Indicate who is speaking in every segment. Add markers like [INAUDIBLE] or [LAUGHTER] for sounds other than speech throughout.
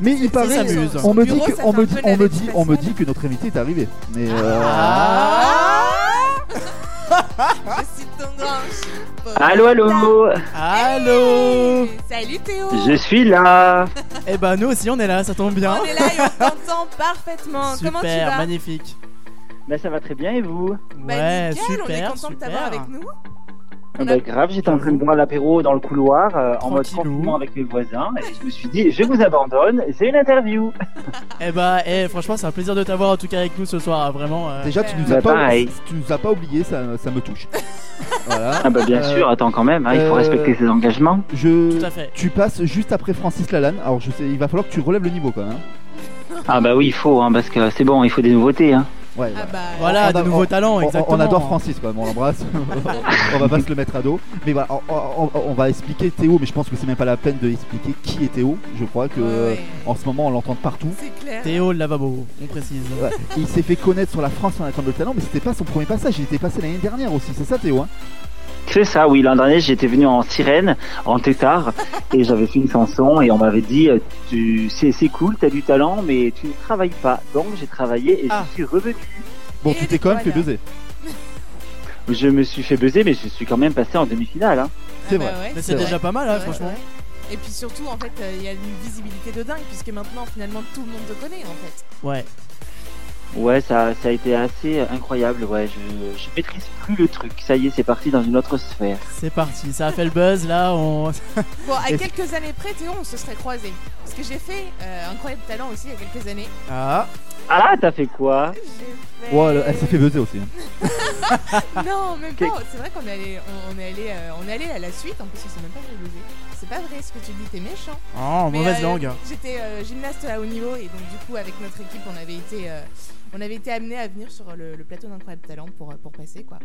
Speaker 1: Mais il paraît,
Speaker 2: s'amuse.
Speaker 1: on me dit,
Speaker 3: Bureau,
Speaker 1: que-
Speaker 3: ça
Speaker 1: on
Speaker 3: fait
Speaker 1: me
Speaker 3: un
Speaker 1: dit,
Speaker 3: peu
Speaker 1: on me
Speaker 3: la
Speaker 1: dit, on me
Speaker 3: navette
Speaker 1: dit que notre invité est arrivé. Mais euh,
Speaker 3: Ah.
Speaker 2: Ah.
Speaker 3: Je suis ton grand chipot.
Speaker 4: Allô, allô
Speaker 2: Allô
Speaker 3: Salut Théo
Speaker 4: Je suis là
Speaker 2: Eh ben nous aussi on est là, ça tombe bien.
Speaker 3: On est là et on t'entend parfaitement. Comment tu
Speaker 2: Super,
Speaker 3: vas
Speaker 2: magnifique.
Speaker 4: Bah ça va très bien et vous
Speaker 3: Bah,
Speaker 2: ouais,
Speaker 3: nickel,
Speaker 2: super,
Speaker 3: on est content de t'avoir
Speaker 2: super.
Speaker 3: avec nous.
Speaker 4: Ah bah, grave, j'étais en train de boire l'apéro dans le couloir euh, en mode
Speaker 2: Tranquillou.
Speaker 4: confinement avec mes voisins et je me suis dit je vous abandonne, c'est une interview.
Speaker 2: Eh bah, eh, franchement, c'est un plaisir de t'avoir en tout cas avec nous ce soir, vraiment. euh,
Speaker 1: déjà, tu nous
Speaker 4: Bah,
Speaker 1: as pas,
Speaker 4: pareil.
Speaker 1: tu nous as pas oublié, ça, ça me
Speaker 2: [LAUGHS]
Speaker 1: touche. voilà.
Speaker 4: Ah bah bien
Speaker 1: Euh,
Speaker 4: sûr, attends quand même, hein, il faut
Speaker 1: euh,
Speaker 4: respecter ses engagements.
Speaker 1: Je,
Speaker 2: Tout à fait.
Speaker 1: tu passes juste après Francis Lalanne. Alors je sais, il va falloir que tu relèves le niveau quand même. hein.
Speaker 4: Ah bah oui, il faut hein, parce que c'est bon, il faut des nouveautés. Hein.
Speaker 1: Ouais.
Speaker 3: Ah bah,
Speaker 2: Voilà,
Speaker 1: On a-
Speaker 2: de nouveaux talents,
Speaker 1: On- on-
Speaker 2: exactement.
Speaker 1: On adore Francis quand même, on
Speaker 3: [LAUGHS]
Speaker 1: l'embrasse. on va pas se le mettre à dos. Mais voilà, on, on- on- on va expliquer Théo, mais je pense que c'est même pas la peine de expliquer qui est Théo. Je crois que
Speaker 3: ouais, ouais,
Speaker 1: en ce moment on l'entend de partout.
Speaker 3: c'est clair.
Speaker 2: Théo le lavabo, on précise.
Speaker 1: Ouais, Il s'est fait connaître sur la France en attendant le talent, mais c'était pas son premier passage. Il était passé l'année dernière aussi, c'est ça Théo hein
Speaker 4: C'est ça, oui, l'an dernier j'étais venu en sirène, en tétard, et j'avais fait une chanson et on m'avait dit euh, tu c'est c'est cool, t'as du talent mais tu ne travailles pas. Donc j'ai travaillé et
Speaker 2: Ah.
Speaker 4: je suis revenu.
Speaker 1: Bon,
Speaker 3: Et
Speaker 1: tu
Speaker 3: les
Speaker 1: t'es quand même fait
Speaker 3: voilà.
Speaker 1: buzzer.
Speaker 4: Je me suis fait buzzer mais je suis quand même passé en demi-finale. Hein.
Speaker 3: Ah
Speaker 1: c'est
Speaker 3: bah
Speaker 1: vrai.
Speaker 3: ouais,
Speaker 2: Mais
Speaker 1: c'est
Speaker 2: c'est
Speaker 1: vrai.
Speaker 2: déjà pas mal, hein,
Speaker 3: Ouais,
Speaker 2: franchement.
Speaker 3: ouais. Et puis surtout, en fait, euh, il y a une visibilité de dingue, puisque maintenant, finalement, tout le monde te connaît, en fait.
Speaker 2: Ouais.
Speaker 4: Ouais, ça, ça a été assez incroyable. Ouais, je, je maîtrise plus le truc. Ça y est, c'est parti dans une autre sphère.
Speaker 2: C'est parti, ça a fait le buzz là, on... [LAUGHS]
Speaker 3: Bon, à
Speaker 1: Et-
Speaker 3: quelques années près, Théo, on se serait croisés. Parce que j'ai fait euh, Incroyable Talent aussi il y a quelques années.
Speaker 2: Ah
Speaker 4: Ah, t'as fait quoi
Speaker 3: J'ai fait...
Speaker 1: Ouais, elle- elle s'est fait buzzer aussi. hein. [LAUGHS]
Speaker 3: Non, même
Speaker 4: Qu'est-
Speaker 3: pas. C'est vrai qu'on est allé, on, on est allé, euh, on est allé à la suite. En plus, on s'est même pas fait baiser. C'est pas vrai ce que tu dis, t'es méchant.
Speaker 2: Oh,
Speaker 3: Mais,
Speaker 2: mauvaise
Speaker 3: euh,
Speaker 2: langue.
Speaker 3: J'étais euh, gymnaste à haut niveau et donc du coup, avec notre équipe, on avait été, euh, on avait été amené à venir sur le, le plateau d'Incroyable Talent pour euh, pour passer quoi.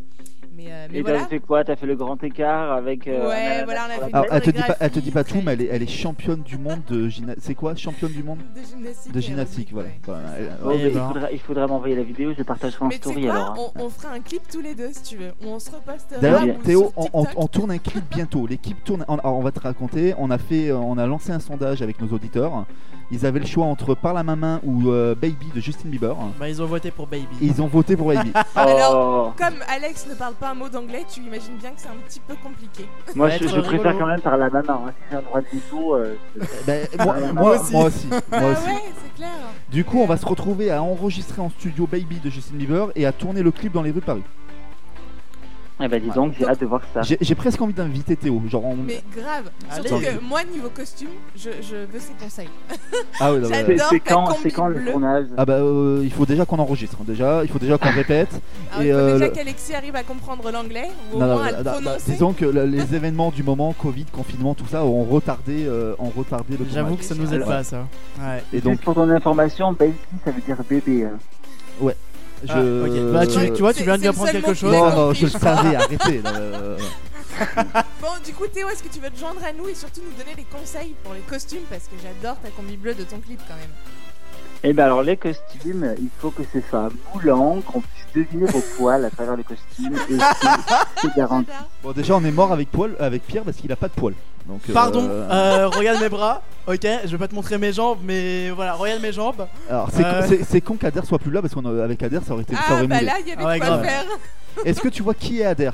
Speaker 3: Mais, euh, mais
Speaker 4: Et bah,
Speaker 3: voilà.
Speaker 4: t'as fait quoi T'as fait le grand écart avec. euh,
Speaker 3: Ouais,
Speaker 4: un ananas
Speaker 3: voilà, on a
Speaker 4: sur la
Speaker 3: fait
Speaker 4: tête
Speaker 1: Alors, Ah, elle te dit pas, elle te dit pas
Speaker 3: chorégraphie,
Speaker 1: tout, mais elle est, elle est championne du monde de gymnastique. C'est quoi Championne du monde
Speaker 3: De gymnastique.
Speaker 1: de
Speaker 3: et
Speaker 1: gymnastique, voilà. euh,
Speaker 3: aérobic, ouais.
Speaker 1: Voilà,
Speaker 3: C'est
Speaker 1: elle-
Speaker 3: ça.
Speaker 4: Oh,
Speaker 2: Eh
Speaker 4: mais il,
Speaker 2: ben.
Speaker 4: faudra, il faudra m'envoyer la vidéo, je partagerai en
Speaker 3: bah. Mais tu sais
Speaker 4: story
Speaker 3: quoi
Speaker 4: alors. hein.
Speaker 3: on, on fera un clip tous les deux si tu veux. On se reposte.
Speaker 1: D'ailleurs,
Speaker 4: Bien.
Speaker 1: Théo, on, on- on tourne un clip bientôt. L'équipe tourne. on- alors, on va te raconter. On a fait, euh, on a lancé un sondage avec nos auditeurs. Ils avaient le choix entre Par la main ou euh, Baby de Justin Bieber.
Speaker 2: Bah, ils ont voté pour Baby.
Speaker 1: Et ils ont voté pour
Speaker 3: [LAUGHS]
Speaker 1: Baby.
Speaker 3: Alors-
Speaker 4: Oh,
Speaker 3: Comme Alex ne parle pas un mot d'anglais, tu imagines bien que c'est un petit peu compliqué.
Speaker 4: Moi,
Speaker 2: va
Speaker 4: je,
Speaker 2: être
Speaker 4: je préfère
Speaker 2: rigolo.
Speaker 4: quand même par la maman. hein. Si j'ai un droit de veto, euh,
Speaker 1: Ben, moi,
Speaker 4: Moi
Speaker 1: moi-
Speaker 2: Ah, aussi.
Speaker 1: moi aussi. Moi
Speaker 3: ah
Speaker 1: aussi.
Speaker 3: ouais, c'est clair.
Speaker 1: Du coup, on va se retrouver à enregistrer en studio Baby de Justin Bieber et à tourner le clip dans les rues de Paris.
Speaker 4: eh ben dis donc, j'ai hâte de voir ça.
Speaker 1: J'ai j'ai presque envie d'inviter Théo. Genre, on-
Speaker 3: Mais grave,
Speaker 2: Allez.
Speaker 3: surtout que moi niveau costume, je, je veux ses conseils.
Speaker 1: ah, ouais, non,
Speaker 3: j'adore.
Speaker 1: ouais.
Speaker 4: C'est- C'est
Speaker 3: ta
Speaker 4: quand,
Speaker 3: combi
Speaker 4: c'est quand le
Speaker 3: bleue.
Speaker 4: tournage
Speaker 1: Ah bah, euh, il faut déjà qu'on enregistre. hein, Déjà, il faut
Speaker 3: [LAUGHS]
Speaker 1: déjà qu'on répète.
Speaker 3: Alors,
Speaker 1: Et,
Speaker 3: Ah, il faut
Speaker 1: euh,
Speaker 3: déjà
Speaker 1: le-
Speaker 3: qu'Alexis arrive à comprendre l'anglais ou au
Speaker 1: Non, non,
Speaker 3: moins à
Speaker 1: non,
Speaker 3: le
Speaker 1: non,
Speaker 3: prononcer.
Speaker 1: disons que le- les événements du moment, Covid, confinement, tout ça, ont retardé, euh, ont retardé le
Speaker 2: J'avoue
Speaker 1: tournage.
Speaker 2: que ça nous aide
Speaker 4: Alors-
Speaker 2: pas ça. Ouais.
Speaker 1: Et donc,
Speaker 4: Juste pour ton information, baby, ça veut dire bébé. hein.
Speaker 1: je.
Speaker 2: Ah, ok. Bah, tu, tu vois, tu
Speaker 3: C'est-
Speaker 2: viens de
Speaker 3: c'est
Speaker 2: lui
Speaker 3: le
Speaker 2: apprendre
Speaker 3: seul
Speaker 2: quelque
Speaker 3: mot qu'il
Speaker 2: chose.
Speaker 3: a.
Speaker 1: Non,
Speaker 3: compris,
Speaker 1: non, je le
Speaker 3: je crois.
Speaker 1: savais, arrêtez. non, euh,
Speaker 3: Bon, du coup, Théo, est-ce que tu veux te joindre à nous et surtout nous donner des conseils pour les costumes Parce que j'adore ta combi bleue de ton clip quand même.
Speaker 4: Eh ben alors les costumes, il faut que ce soit moulant, qu'on puisse deviner vos poils à travers le costume et c'est- c'est garanti.
Speaker 3: J'adore.
Speaker 1: Bon, déjà, on est mort avec, poil, avec Pierre parce qu'il a pas de poil. Donc, euh,
Speaker 2: Pardon, euh, regarde mes bras. Ok, je vais pas te montrer mes jambes, mais voilà, regarde mes jambes.
Speaker 1: Alors, c'est
Speaker 2: Euh.
Speaker 1: con- c'est c'est con qu'Ader soit plus là parce qu'avec Ader, ça aurait été ça
Speaker 3: Ah,
Speaker 1: aurait
Speaker 3: bah
Speaker 1: moulé.
Speaker 3: là, il y avait
Speaker 2: Ah ouais,
Speaker 3: quoi
Speaker 2: grave.
Speaker 3: faire.
Speaker 1: Est-ce que tu vois qui est Ader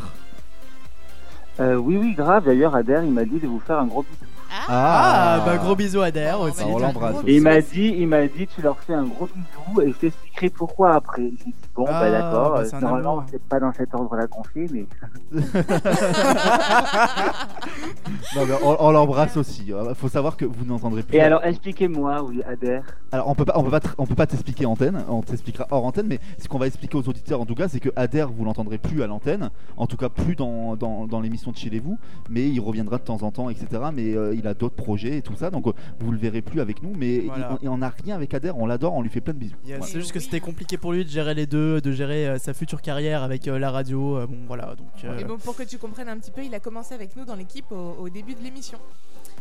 Speaker 4: Euh, oui oui grave d'ailleurs Adair il m'a dit de vous faire un gros bisou.
Speaker 2: Ah, bah gros bisous à Der
Speaker 3: Bon,
Speaker 2: aussi.
Speaker 3: va
Speaker 1: on
Speaker 3: lui faire un
Speaker 1: l'embrasse.
Speaker 3: gros
Speaker 4: Et il m'a
Speaker 3: bisou.
Speaker 4: dit il m'a dit tu leur fais un gros bisou et je t'expliquerai pourquoi après. J'ai dit bon
Speaker 2: Ah,
Speaker 4: bah d'accord,
Speaker 2: bah,
Speaker 4: euh,
Speaker 2: c'est un amour.
Speaker 4: normalement c'est pas dans cet ordre là qu'on fait mais
Speaker 1: Non, mais on, on l'embrasse aussi. Euh, Faut savoir que vous n'entendrez plus.
Speaker 4: Et alors expliquez-moi oui Adair.
Speaker 1: Alors, on peut pas, on peut pas, tr- on peut pas t'expliquer en antenne. On t'expliquera hors antenne. Mais ce qu'on va expliquer aux auditeurs, en tout cas, c'est que Ader, vous l'entendrez plus à l'antenne. En tout cas, plus dans, dans, dans l'émission de chez les vous. Mais il reviendra de temps en temps, etc. Mais euh, il a d'autres projets et tout ça. Donc, euh, vous le verrez plus avec nous. Mais
Speaker 2: Voilà.
Speaker 1: il- on, et on n'a rien avec Ader. On l'adore. On lui fait plein de bisous.
Speaker 2: Yes,
Speaker 1: Voilà.
Speaker 2: C'est juste que
Speaker 3: Oui.
Speaker 2: c'était compliqué pour lui de gérer les deux, de gérer euh, sa future carrière avec euh, la radio. euh, bon, voilà, donc. euh,
Speaker 3: Et bon, pour que tu comprennes un petit peu, il a commencé avec nous dans l'équipe au, au début de l'émission.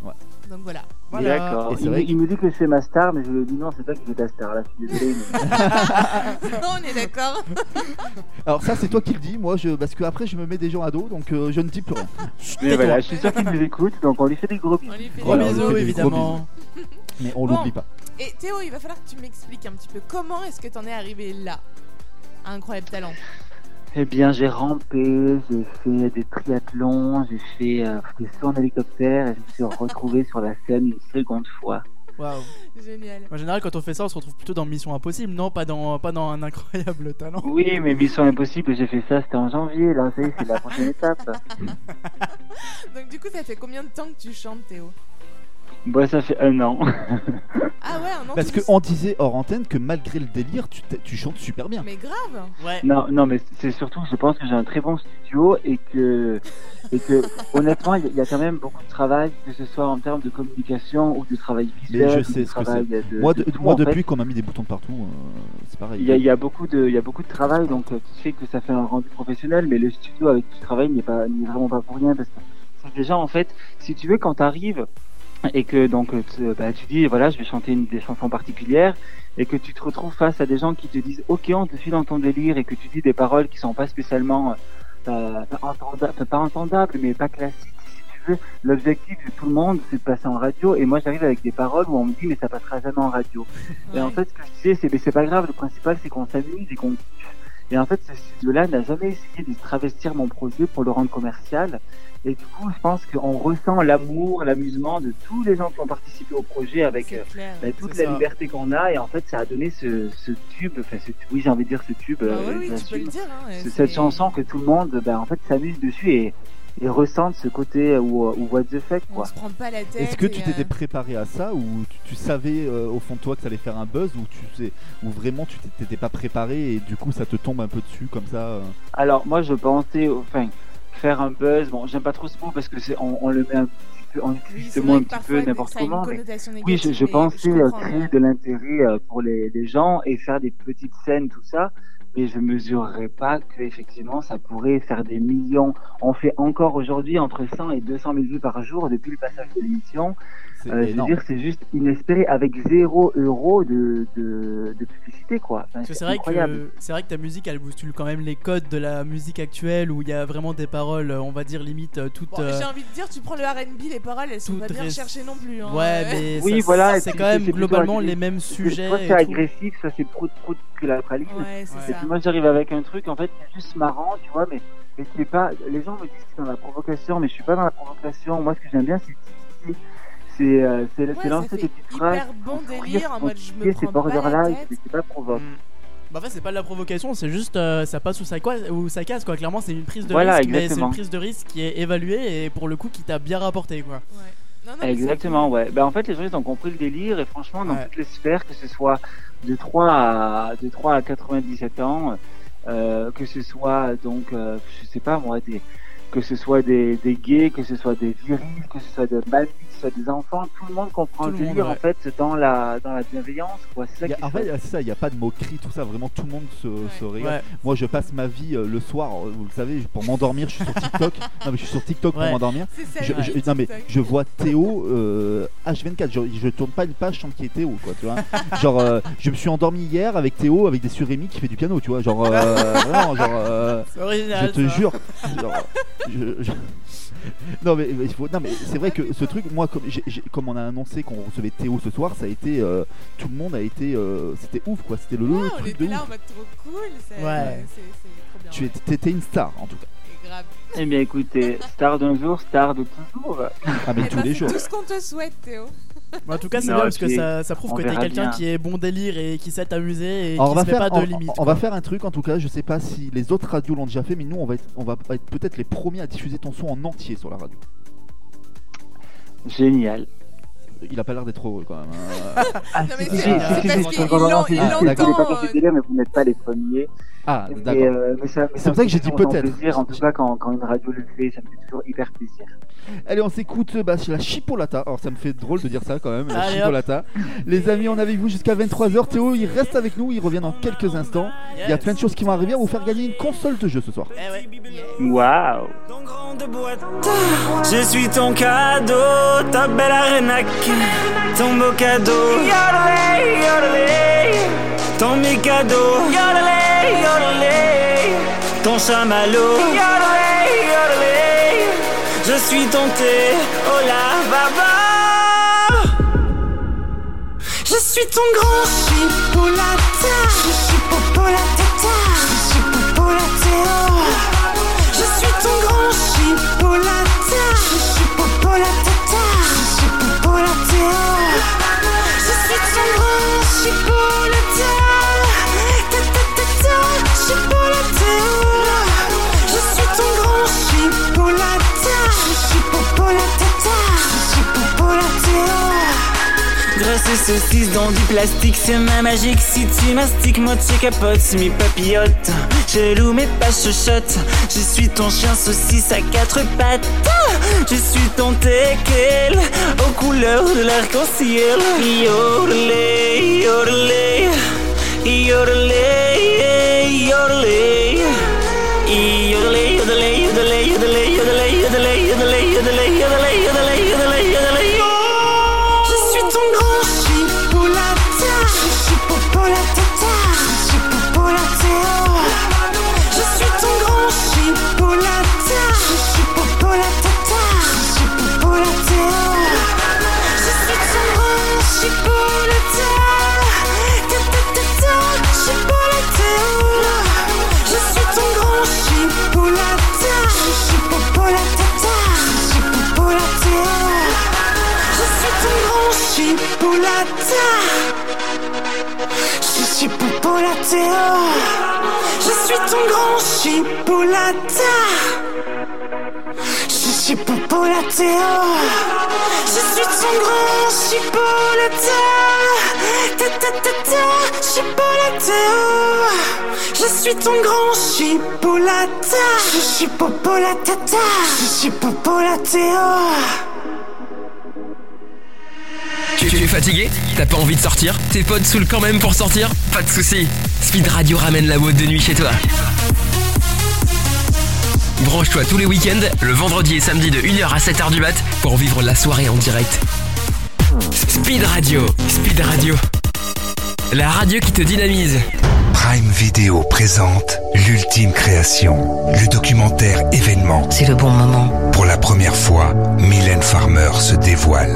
Speaker 1: Ouais.
Speaker 3: Donc voilà. [LAUGHS]
Speaker 2: voilà.
Speaker 4: D'accord.
Speaker 1: Et c'est
Speaker 4: Il,
Speaker 1: vrai
Speaker 4: me-
Speaker 1: que-
Speaker 4: il me dit que c'est ma star mais je lui ai dit non c'est toi qui fais ta star là je suis désolé. mais-
Speaker 3: On est d'accord.
Speaker 1: Alors, ça, c'est toi qui le dis. Moi, je, parce que après, je me mets des gens à dos. Donc, euh, je ne dis plus rien.
Speaker 2: Chut,
Speaker 4: Mais
Speaker 2: tais-toi.
Speaker 4: voilà je suis sûr qu'il nous écoute donc on lui fait des gros bisous.
Speaker 3: On lui fait
Speaker 2: Gros
Speaker 1: Voilà, on
Speaker 3: des
Speaker 1: lui fait
Speaker 2: bisous,
Speaker 1: des gros
Speaker 2: évidemment.
Speaker 1: Mais on
Speaker 3: Bon.
Speaker 1: l'oublie pas.
Speaker 3: Et Théo, il va falloir que tu m'expliques un petit peu comment est-ce que t'en es arrivé là à Incroyable
Speaker 4: [LAUGHS]
Speaker 3: Talent.
Speaker 4: Eh bien, j'ai rampé, j'ai fait des triathlons, j'ai fait euh, des sauts en hélicoptère et je me suis retrouvé sur la scène une seconde fois.
Speaker 2: Waouh.
Speaker 3: Génial.
Speaker 2: En général, quand on fait ça, on se retrouve plutôt dans Mission Impossible, non Pas dans, pas dans un incroyable [LAUGHS] talent.
Speaker 4: Oui, mais Mission Impossible, j'ai fait ça, c'était en janvier. Là, ça y est, c'est la prochaine étape.
Speaker 3: Donc du coup, ça fait combien de temps que tu chantes, Théo
Speaker 4: Bon, ça fait un an. [LAUGHS]
Speaker 3: Ah ouais, un an
Speaker 1: Parce
Speaker 3: tous.
Speaker 1: qu'on disait hors antenne que malgré le délire, tu, t'es- tu chantes super bien.
Speaker 3: Mais grave
Speaker 2: Ouais.
Speaker 4: Non, non, mais c'est surtout que je pense que j'ai un très bon studio et que, et que honnêtement, il y a- il y, a quand même beaucoup de travail, que ce soit en termes de communication ou de travail
Speaker 1: Mais
Speaker 4: visuel.
Speaker 1: je
Speaker 4: ou
Speaker 1: sais
Speaker 4: du
Speaker 1: ce que
Speaker 4: travail de-
Speaker 1: Moi,
Speaker 4: de
Speaker 1: de-
Speaker 4: tout,
Speaker 1: moi
Speaker 4: en fait.
Speaker 1: depuis qu'on m'a mis des boutons de partout, euh, c'est pareil.
Speaker 4: Il y, a, il y a beaucoup de, il y a beaucoup de travail, donc euh, qui fait que ça fait un rendu professionnel, mais le studio avec qui je travaille n'est pas, n'est vraiment pas pour rien parce que c'est déjà en fait, si tu veux, quand t'arrives et que donc euh, tu- bah, tu dis voilà, je vais chanter une des chansons particulières et que tu te retrouves face à des gens qui te disent ok, on te suit dans ton délire et que tu dis des paroles qui sont pas spécialement euh, pas, entenda- enfin, pas entendables, mais pas classiques. si tu veux. L'objectif de tout le monde, c'est de passer en radio, et moi j'arrive avec des paroles où on me dit mais ça passera jamais en radio. Et en
Speaker 3: Ouais.
Speaker 4: fait, ce que je disais, c'est mais c'est pas grave, le principal c'est qu'on s'amuse et qu'on kiffe. Et en fait, ce studio-là n'a jamais essayé de travestir mon projet pour le rendre commercial. Et du coup, je pense qu'on ressent l'amour, l'amusement de tous les gens qui ont participé au projet avec euh,
Speaker 3: C'est clair.
Speaker 4: bah, toute
Speaker 2: C'est
Speaker 4: la
Speaker 2: ça.
Speaker 4: liberté qu'on a. Et en fait, ça a donné ce, ce tube, enfin, ce, oui, j'ai envie de dire ce tube,
Speaker 3: Ah oui,
Speaker 4: euh, je
Speaker 3: oui, tu peux
Speaker 4: l'assume.
Speaker 3: le dire. hein,
Speaker 4: C'est
Speaker 3: c'est-
Speaker 4: cette chanson que tout le monde, bah, en fait, s'amuse dessus et, et ressent ce côté euh, ou, ou what the fuck,
Speaker 3: On
Speaker 4: quoi.
Speaker 3: se prend pas la tête.
Speaker 1: Est-ce que tu
Speaker 3: et,
Speaker 1: t'étais
Speaker 3: euh,
Speaker 1: préparé à ça ou tu, tu savais euh, au fond de toi que ça allait faire un buzz ou tu sais ou vraiment tu t'étais- t'étais pas préparé et du coup ça te tombe un peu dessus comme ça euh.
Speaker 4: Alors moi je pensais, enfin, faire un buzz. Bon, j'aime pas trop ce mot parce que c'est, on, on le met un petit peu, on
Speaker 3: oui,
Speaker 4: utilise
Speaker 3: c'est
Speaker 4: ce
Speaker 3: vrai
Speaker 4: mot un
Speaker 3: que
Speaker 4: petit
Speaker 3: parfois,
Speaker 4: peu n'importe
Speaker 3: ça a une
Speaker 4: comment. mais-
Speaker 3: connotation
Speaker 4: Oui,
Speaker 3: négative,
Speaker 4: je, je
Speaker 3: mais
Speaker 4: pensais euh,
Speaker 3: comprends,
Speaker 4: créer
Speaker 3: ouais.
Speaker 4: de l'intérêt euh, pour les, les gens et faire des petites scènes, tout ça. Mais je mesurerais pas que effectivement ça pourrait faire des millions. On fait encore aujourd'hui entre 100 et 200 000 vues par jour depuis le passage de l'émission.
Speaker 1: C'est
Speaker 4: Euh, je veux
Speaker 1: énorme.
Speaker 4: dire, c'est juste inespéré avec zéro euro de, de, de publicité quoi. Enfin,
Speaker 2: Parce que
Speaker 4: c'est
Speaker 2: c'est vrai
Speaker 4: incroyable.
Speaker 2: que c'est vrai que ta musique elle bouscule quand même les codes de la musique actuelle où il y a vraiment des paroles, euh, on va dire limite euh, toutes.
Speaker 3: Bon,
Speaker 2: euh,
Speaker 3: J'ai envie de dire, tu prends le RB, les paroles, elles sont
Speaker 2: Tout
Speaker 3: pas bien
Speaker 2: reste-
Speaker 3: recherchées non plus. hein.
Speaker 2: ouais, mais
Speaker 4: Oui,
Speaker 2: ça-
Speaker 4: voilà, et
Speaker 2: c'est
Speaker 4: puis
Speaker 2: quand
Speaker 4: c'est-
Speaker 2: même
Speaker 4: c'est plutôt
Speaker 2: globalement
Speaker 4: agressif.
Speaker 2: les mêmes sujets.
Speaker 4: Soit
Speaker 2: et
Speaker 4: c'est
Speaker 2: tout.
Speaker 4: agressif, soit c'est prout prout que la praline.
Speaker 3: Ouais, c'est
Speaker 2: Ouais.
Speaker 4: Et
Speaker 3: ça.
Speaker 4: puis moi j'arrive avec un truc en fait qui est juste marrant, tu vois, mais, mais qui est pas. Les gens me disent que je suis dans la provocation, mais je suis pas dans la provocation. Moi ce que j'aime bien c'est titiller. c'est euh, c'est
Speaker 3: Ouais,
Speaker 4: c'est
Speaker 3: ça
Speaker 4: lancer
Speaker 3: fait
Speaker 4: des petites phrases.
Speaker 3: hyper bon
Speaker 4: pour
Speaker 3: délire en
Speaker 4: rire,
Speaker 3: mode je me
Speaker 4: titiller ces
Speaker 3: prends pas la
Speaker 4: borders-là,
Speaker 3: tête.
Speaker 4: mais c'est pas provoque.
Speaker 2: Mm. Bah, en fait, c'est pas de la provocation, c'est juste euh, ça passe ou ça, quoi, ou ça casse quoi. Clairement, c'est une prise de
Speaker 4: Voilà,
Speaker 2: risque, mais c'est
Speaker 4: exactement.
Speaker 2: une prise de risque qui est évaluée et pour le coup qui t'a bien rapporté quoi.
Speaker 3: Ouais. Non, non, mais c'est-
Speaker 4: Exactement, ouais. Ben, en fait, les gens, ils ont compris le délire, et franchement, dans
Speaker 2: Ouais.
Speaker 4: toutes les sphères, que ce soit de 3 à, de 3 à 97 ans, euh, que ce soit, donc, euh, je sais pas moi, des, que ce soit des, des gays, que ce soit des virils, que ce soit des mamies, que ce soit des enfants, tout le monde comprend
Speaker 2: Tout
Speaker 4: le
Speaker 2: le monde,
Speaker 4: délire,
Speaker 2: ouais.
Speaker 4: en fait, dans la, dans la bienveillance, quoi. C'est ça
Speaker 1: Y
Speaker 4: qui
Speaker 1: a-
Speaker 4: est
Speaker 1: en
Speaker 4: chouette.
Speaker 1: fait, c'est ça, il n'y a pas de moquerie, tout ça, vraiment tout le monde se, se régale.
Speaker 2: Ouais.
Speaker 1: Moi je passe ma vie euh, le soir, euh, vous le savez, pour m'endormir, je suis sur TikTok.
Speaker 2: [LAUGHS]
Speaker 1: non mais je suis sur TikTok
Speaker 2: Ouais.
Speaker 1: pour m'endormir.
Speaker 3: C'est ça.
Speaker 1: Je,
Speaker 3: le
Speaker 1: je-
Speaker 3: truc
Speaker 1: non mais
Speaker 3: TikTok.
Speaker 1: je vois Théo euh, H24, je, je tourne pas une page sans qu'il y ait Théo quoi, tu
Speaker 3: [LAUGHS]
Speaker 1: vois. Genre euh, je me suis endormi hier avec Théo avec des surémis qui fait du piano, tu vois, genre euh, vraiment, genre euh,
Speaker 2: C'est
Speaker 1: je
Speaker 2: original.
Speaker 1: te
Speaker 2: ça.
Speaker 1: jure. Genre, je- [LAUGHS] je- Non mais il faut- non mais c'est vrai que ce truc, moi comme, j'ai- j'ai- comme on a annoncé qu'on recevait Théo ce soir, ça a été euh, tout le monde a été, euh, c'était ouf quoi, c'était le, le
Speaker 3: Wow, Oh, on
Speaker 1: truc
Speaker 3: était
Speaker 1: de ouf.
Speaker 3: là en mode trop cool. ça-
Speaker 2: Ouais.
Speaker 3: C'est c'est trop bien.
Speaker 1: Tu
Speaker 3: ouais.
Speaker 1: étais t'étais une star en tout cas.
Speaker 3: C'est grave.
Speaker 4: Eh bien, écoutez, star d'un jour, star de toujours.
Speaker 1: Ah mais
Speaker 3: Eh
Speaker 1: tous
Speaker 3: ben,
Speaker 1: les
Speaker 3: c'est
Speaker 1: jours.
Speaker 3: Tout ce qu'on te souhaite, Théo.
Speaker 2: Mais en tout cas, c'est
Speaker 4: Non,
Speaker 2: bien parce
Speaker 4: puis
Speaker 2: que ça, ça prouve
Speaker 4: on
Speaker 2: que t'es
Speaker 4: verra
Speaker 2: quelqu'un
Speaker 4: bien.
Speaker 2: qui est bon délire et qui sait t'amuser et
Speaker 1: Alors,
Speaker 2: qui
Speaker 1: on va
Speaker 2: se met
Speaker 1: faire
Speaker 2: pas
Speaker 1: on-
Speaker 2: de limite.
Speaker 1: on va faire un truc en tout cas, je sais pas si les autres radios l'ont déjà fait mais nous on va être, on va être peut-être les premiers à diffuser ton son en entier sur la radio.
Speaker 4: Génial.
Speaker 1: Il a pas l'air d'être heureux quand même. hein.
Speaker 4: Ah,
Speaker 3: Non, mais
Speaker 4: si,
Speaker 3: c'est-
Speaker 4: si,
Speaker 2: c'est
Speaker 4: si,
Speaker 2: parce
Speaker 4: si,
Speaker 2: qu'il-
Speaker 4: si,
Speaker 2: il
Speaker 3: l'en- il
Speaker 4: Ah, d'accord.
Speaker 3: l'entend,
Speaker 4: Vous n'êtes pas
Speaker 3: euh,
Speaker 4: fait délire, mais vous n'êtes pas les premiers. [LAUGHS]
Speaker 1: Ah
Speaker 4: Mais,
Speaker 1: d'accord.
Speaker 4: euh, mais ça- mais
Speaker 1: C'est
Speaker 4: ça
Speaker 1: pour ça
Speaker 4: me
Speaker 1: que j'ai
Speaker 4: fait
Speaker 1: dit
Speaker 4: toujours
Speaker 1: peut-être.
Speaker 4: plaisir, En tout cas, quand, quand une radio le fait, ça me fait toujours hyper plaisir.
Speaker 1: Allez, on s'écoute bah, c'est la chipolata. Alors, ça me fait drôle de dire ça quand même, la
Speaker 2: Allez, hop.
Speaker 1: chipolata. Les amis, on est avec vous jusqu'à 23h. Théo, il reste avec nous, il revient dans quelques instants. Il y a plein de choses qui vont arriver. On va vous faire gagner une console de jeu ce soir.
Speaker 2: Eh ouais.
Speaker 4: Waouh
Speaker 5: Ton grande boîte, je suis ton cadeau, ta belle arnaque, ton beau cadeau. Yodelé, yodelé, ton mikado. Yodelé, yodelé, ton chamallow. Yodelé, yodelé, je suis ton thé, oh la baba. Je
Speaker 6: Je suis ton grand chipolata. Je suis popolatata. Je suis popolatéo. Je suis ton grand chipolata. Je suis popolatata. Je suis popolatéo. Je suis ton grand chipolata. Ta ta ta ta. Chipolatéo. Je suis ton grand chipolata. Je suis popolatata. Je suis popolatéo.
Speaker 5: Grosse saucisse dans du plastique, c'est ma magique. Si tu mastiques, moi tu capotes, mes papillotes. Je loue mais pas chuchote. Je suis ton chien saucisse à quatre pattes. Je suis ton teckel aux couleurs de l'arc-en-ciel. Yodelé, yodelé, yodelé, yodelé. Yodelé, yodelé, yodelé, yodelé, yodelé, yodelé, yodelé, yodelé, yodelé, yodelé, yodelé, yodelé, yo.
Speaker 6: Je suis ton grand chipolata. Je suis popolatata. Je suis popolatéo. Je suis ton grand chipolata. Je suis popolatata. Je suis popolatéo. Je suis ton grand chipolata. Ta ta ta ta. Chipolatéo. Je suis ton grand chipolata. Je suis popolatata. Je suis popolatéo. Je suis ton grand chipolata Je suis Popolateo Je suis ton grand chipolata Je suis Popolateo Je suis ton grand chipolata Ta ta ta ta Chipolatéo Je suis ton grand chipolata Je suis Popolatata Je suis Popolateo
Speaker 7: Tu, tu es fatigué T'as pas envie de sortir Tes potes saoulent quand même pour sortir Pas de soucis. Speed Radio ramène la mode de nuit chez toi. Branche-toi tous les week-ends, le vendredi et samedi de 1h à 7h du mat pour vivre la soirée en direct. Speed Radio, Speed Radio. La radio qui te dynamise.
Speaker 8: Prime Video présente l'ultime création, le documentaire événement.
Speaker 9: C'est le bon moment.
Speaker 8: Pour la première fois, Mylène Farmer se dévoile.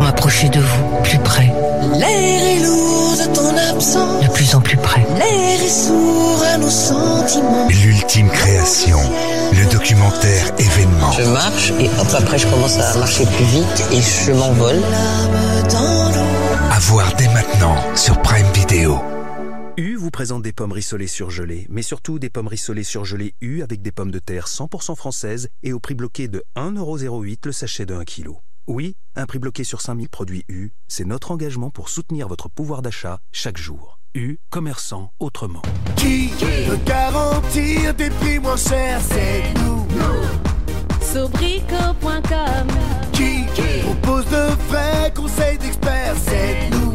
Speaker 9: M'approcher de vous, plus près,
Speaker 6: L'air est lourd de ton absence
Speaker 9: de plus en plus près.
Speaker 6: L'air est sourd à nos sentiments
Speaker 8: L'ultime création, le documentaire événement.
Speaker 10: Je marche et hop après je commence à marcher plus vite et je m'envole.
Speaker 6: L'âme dans l'eau
Speaker 8: À voir dès maintenant sur Prime Video.
Speaker 11: U vous présente des pommes rissolées surgelées, mais surtout des pommes rissolées surgelées U avec des pommes de terre 100% françaises et au prix bloqué de 1,08€ le sachet de 1 kg. Oui, un prix bloqué sur 5000 produits U, c'est notre engagement pour soutenir votre pouvoir d'achat chaque jour. U, commerçant autrement.
Speaker 12: Qui peut garantir des prix moins chers C'est nous.
Speaker 13: Sobrico.com
Speaker 12: Qui propose de vrais conseils d'experts C'est nous.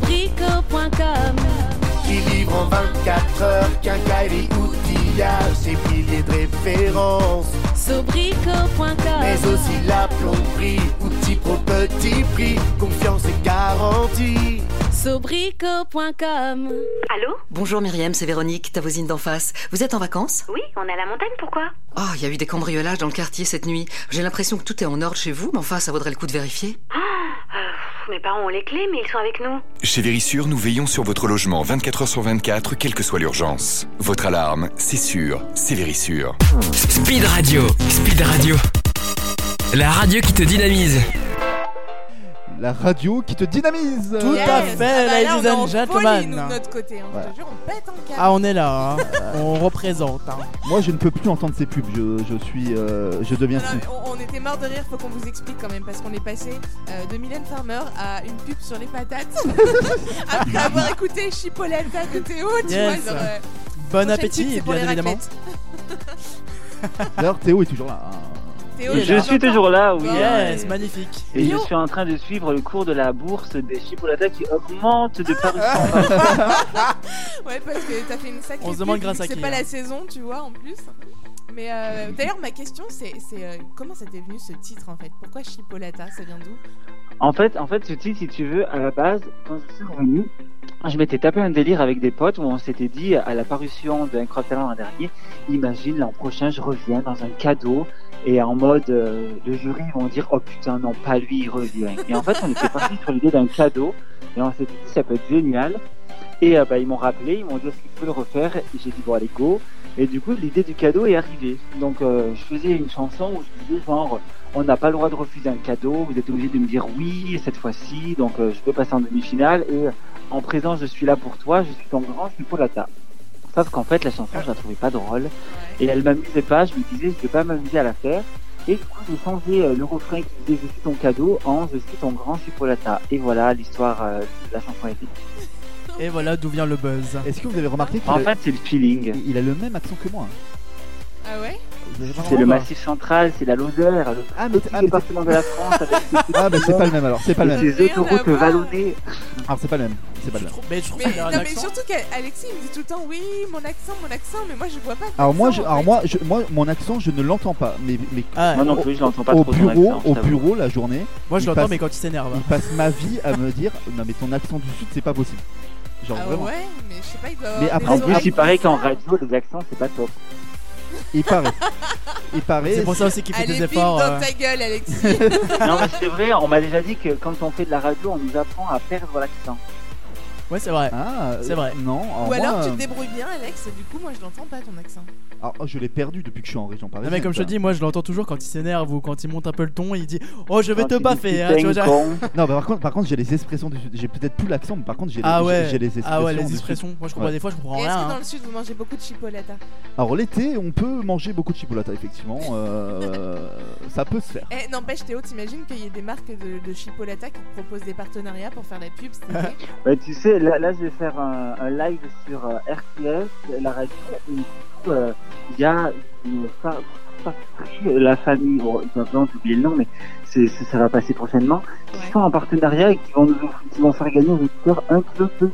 Speaker 13: Sobrico.com
Speaker 12: Qui livre en 24 heures quincaillerie, outillage et piliers de référence.
Speaker 3: Ah.
Speaker 12: Mais
Speaker 13: Sobrico.com
Speaker 12: aussi la plomberie, outils pro petit prix, confiance et garantie.
Speaker 13: Sobrico.com
Speaker 14: Allô
Speaker 10: Bonjour Myriam, c'est Véronique, ta voisine d'en face. Vous êtes en vacances
Speaker 14: Oui, on est à la montagne, pourquoi
Speaker 10: Oh, il y a eu des cambriolages dans le quartier cette nuit. J'ai l'impression que tout est en ordre chez vous, mais enfin ça vaudrait le coup de vérifier.
Speaker 14: Euh, pff, Mes parents ont les clés, mais ils sont avec nous.
Speaker 15: Chez Vérissure, nous veillons sur votre logement 24h sur 24, quelle que soit l'urgence. Votre alarme, c'est sûr, c'est Vérissure.
Speaker 7: Speed Radio, Speed Radio. La radio qui te dynamise.
Speaker 1: La radio qui te dynamise
Speaker 2: Tout à
Speaker 3: Yes.
Speaker 2: fait,
Speaker 3: Ah bah là,
Speaker 2: ladies
Speaker 3: on est
Speaker 2: and
Speaker 3: en
Speaker 2: gentlemen.
Speaker 3: folie, nous, de notre côté, hein, je
Speaker 1: Ouais.
Speaker 3: te jure, on pète un câble.
Speaker 2: Ah, on est là, hein. on représente. hein.
Speaker 1: Moi, je ne peux plus entendre ces pubs. Je, je suis, euh, je deviens
Speaker 3: Non,
Speaker 12: [LAUGHS]
Speaker 1: fou.
Speaker 3: mais on, on était mort de rire, faut qu'on vous explique quand même, parce qu'on est passé euh, de Mylène Farmer à une pub sur
Speaker 2: [LAUGHS]
Speaker 3: les patates. Après avoir écouté Chipolata de Théo, tu
Speaker 2: Yes.
Speaker 3: vois. Genre, euh,
Speaker 2: Bon
Speaker 3: prochaine pub,
Speaker 2: appétit,
Speaker 3: c'est
Speaker 2: et
Speaker 3: pour
Speaker 2: bien
Speaker 3: les
Speaker 2: évidemment.
Speaker 3: raclettes.
Speaker 1: D'ailleurs, Théo est toujours là. hein.
Speaker 3: Théo,
Speaker 2: Et
Speaker 3: il est
Speaker 4: Je
Speaker 3: là.
Speaker 4: suis toujours là, oui.
Speaker 3: Yeah.
Speaker 2: Yes, magnifique.
Speaker 4: Et je
Speaker 3: Yo.
Speaker 4: suis en train de suivre le cours de la bourse des chipolatas qui augmente de par
Speaker 3: Ouais, parce que t'as fait une sacrée.
Speaker 2: On se
Speaker 3: pub,
Speaker 2: demande
Speaker 3: vu
Speaker 2: grâce
Speaker 3: que
Speaker 2: à
Speaker 3: C'est
Speaker 2: qui,
Speaker 3: pas
Speaker 2: hein.
Speaker 3: la saison, tu vois, en plus. Mais euh, d'ailleurs, ma question, c'est c'est, euh, comment ça t'est venu ce titre en fait Pourquoi Chipolata Ça vient d'où
Speaker 4: En fait, en fait, ce titre, si tu veux, à la base, quand je suis revenu, je m'étais tapé un délire avec des potes où on s'était dit, à la parution de Incroyable Talent l'an dernier, imagine l'an prochain, je reviens dans un cadeau et en mode euh, le jury vont dire oh putain non pas lui il revient et en fait on était parti sur l'idée d'un cadeau et on s'est dit ça peut être génial et euh, bah, ils m'ont rappelé ils m'ont dit est-ce que tu peux le refaire et j'ai dit bon allez go et du coup l'idée du cadeau est arrivée donc euh, je faisais une chanson où je disais genre on n'a pas le droit de refuser un cadeau vous êtes obligé de me dire oui cette fois-ci donc euh, je peux passer en demi-finale et euh, en présence je suis là pour toi je suis ton grand je suis pour la table Sauf qu'en fait, la chanson, je la trouvais pas drôle. Et elle m'amusait pas. Je me disais, je vais pas m'amuser à la faire. Et du coup, j'ai changé euh, le refrain qui disait Je suis ton cadeau en Je suis ton grand chipolata. Et voilà, l'histoire euh, de la chanson est finie.
Speaker 2: Et voilà d'où vient le buzz.
Speaker 1: Est-ce que vous avez remarqué qu'il
Speaker 4: En
Speaker 1: a-
Speaker 4: fait, c'est le feeling.
Speaker 1: il a le même accent que moi
Speaker 3: Ah ouais
Speaker 1: Vous avez vraiment
Speaker 4: C'est le
Speaker 1: pas-
Speaker 4: massif central, c'est la Lozère, le
Speaker 1: ah,
Speaker 4: petit département de la France. [LAUGHS] Avec ses
Speaker 1: Ah, mais
Speaker 4: petits
Speaker 1: c'est pas
Speaker 4: bords
Speaker 1: le même alors, c'est pas le
Speaker 4: et
Speaker 1: même.
Speaker 4: ses autoroutes
Speaker 1: Ah,
Speaker 4: vallonnées.
Speaker 1: Alors, c'est pas le même, c'est pas le même.
Speaker 2: Mais je trouve
Speaker 3: Mais,
Speaker 2: qu'il a un
Speaker 3: non, mais
Speaker 2: accent.
Speaker 3: surtout qu'Alexis il me dit tout le temps oui mon accent mon accent mais moi je vois pas
Speaker 1: Alors moi, je, alors moi, je- moi, mon accent, je ne l'entends pas. Mais, mais
Speaker 2: Ah, Moi
Speaker 1: au-
Speaker 2: non plus, je l'entends pas
Speaker 1: Au
Speaker 2: trop, ton
Speaker 1: bureau,
Speaker 2: accent, je
Speaker 1: au
Speaker 2: t'avoue.
Speaker 1: bureau, la
Speaker 2: [LAUGHS]
Speaker 1: journée.
Speaker 2: Moi, je
Speaker 1: il
Speaker 2: l'entends,
Speaker 1: passe-
Speaker 2: mais quand il s'énerve.
Speaker 1: Il passe ma vie à me dire, non mais ton accent du sud, c'est pas possible. Genre
Speaker 3: ah
Speaker 1: vraiment.
Speaker 3: ouais mais je sais pas il doit avoir
Speaker 1: Mais
Speaker 3: des
Speaker 1: après-
Speaker 4: En
Speaker 3: oreilles
Speaker 4: plus, il
Speaker 3: qui
Speaker 4: paraît
Speaker 3: font
Speaker 4: qu'en
Speaker 3: ça.
Speaker 4: radio, les accents, c'est pas top.
Speaker 1: Il paraît.
Speaker 2: [LAUGHS]
Speaker 1: Il paraît.
Speaker 2: C'est pour ça aussi qu'il fait
Speaker 3: Allez,
Speaker 2: des
Speaker 3: bim,
Speaker 2: efforts.
Speaker 3: dans
Speaker 2: euh.
Speaker 3: ta gueule Alexis
Speaker 4: non, mais c'est vrai, on m'a déjà dit que quand on fait de la radio, on nous apprend à perdre l'accent.
Speaker 2: Ouais, c'est vrai.
Speaker 1: Ah,
Speaker 2: C'est vrai.
Speaker 1: Non.
Speaker 3: ou alors
Speaker 1: moi,
Speaker 3: tu
Speaker 1: euh,
Speaker 3: te débrouilles bien Alex et du coup moi je l'entends pas ton accent
Speaker 1: alors, oh, je l'ai perdu depuis que je suis en région
Speaker 2: Non,
Speaker 1: parisienne.
Speaker 2: Ah, mais comme je te
Speaker 1: ça.
Speaker 2: dis, moi je l'entends toujours quand il s'énerve ou quand il monte un peu le ton, il dit Oh, je vais
Speaker 1: Quand
Speaker 2: te
Speaker 1: Ah, il
Speaker 2: baffer.
Speaker 1: dit
Speaker 2: hein, tu vois,
Speaker 1: putain,
Speaker 2: genre-
Speaker 1: con.
Speaker 4: [LAUGHS]
Speaker 1: Non, mais par contre, par contre, j'ai les expressions du sud. J'ai peut-être plus l'accent, mais par contre, j'ai les,
Speaker 2: Ah ouais.
Speaker 1: j'ai- j'ai les expressions.
Speaker 2: Ah ouais, les
Speaker 1: du sud.
Speaker 2: expressions. Moi, je comprends
Speaker 1: Ouais.
Speaker 2: des fois, je comprends
Speaker 3: et est-ce
Speaker 2: rien.
Speaker 3: que
Speaker 2: hein.
Speaker 3: dans le sud vous mangez beaucoup de chipolata
Speaker 1: Alors l'été, on peut manger beaucoup de chipolata, effectivement.
Speaker 2: [LAUGHS]
Speaker 1: euh, ça peut se faire.
Speaker 3: Eh, n'empêche Théo, t'imagines qu'il y ait des marques de, de Chipolata qui te proposent des partenariats pour faire la pub cet été
Speaker 2: [LAUGHS]
Speaker 4: Bah, tu sais, là, là, je vais faire un, un live sur euh, RTS, la radio, et du coup, euh, il y a une fa- factory, la famille, bon, ils ont vraiment oublié le nom, mais c'est- c'est- ça va passer prochainement, qui sont en partenariat et qui vont, nous, offrir- qui vont faire gagner aux auditeurs un kilo de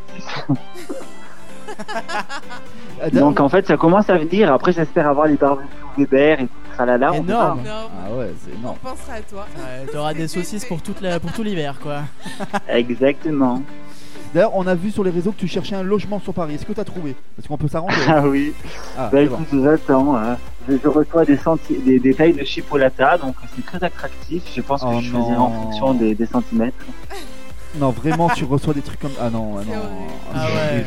Speaker 1: Ah,
Speaker 4: plus. Donc en fait, ça commence à venir, après j'espère avoir les barbecues Weber et tout, tralala, on verra.
Speaker 2: Énorme.
Speaker 1: Ah ouais, c'est énorme.
Speaker 3: On pensera à toi.
Speaker 2: T'auras des saucisses pour, toute la, pour tout l'hiver, quoi.
Speaker 4: Exactement. [LAUGHS]
Speaker 1: D'ailleurs, on a vu sur les réseaux que tu cherchais un logement sur Paris. Est-ce que t'as trouvé Parce qu'on peut s'arranger.
Speaker 2: [LAUGHS]
Speaker 4: Ah oui.
Speaker 1: Ah,
Speaker 4: bah
Speaker 1: c'est
Speaker 4: écoute, j'attends. hein. Je, je reçois des, centi- des, des tailles de chipolata, donc c'est très attractif. Je pense que
Speaker 1: Oh
Speaker 4: je
Speaker 1: non.
Speaker 4: choisirai en fonction des, des centimètres.
Speaker 1: Non, vraiment, tu reçois des trucs comme. Ah non, ah non. [LAUGHS]
Speaker 2: Ah ouais.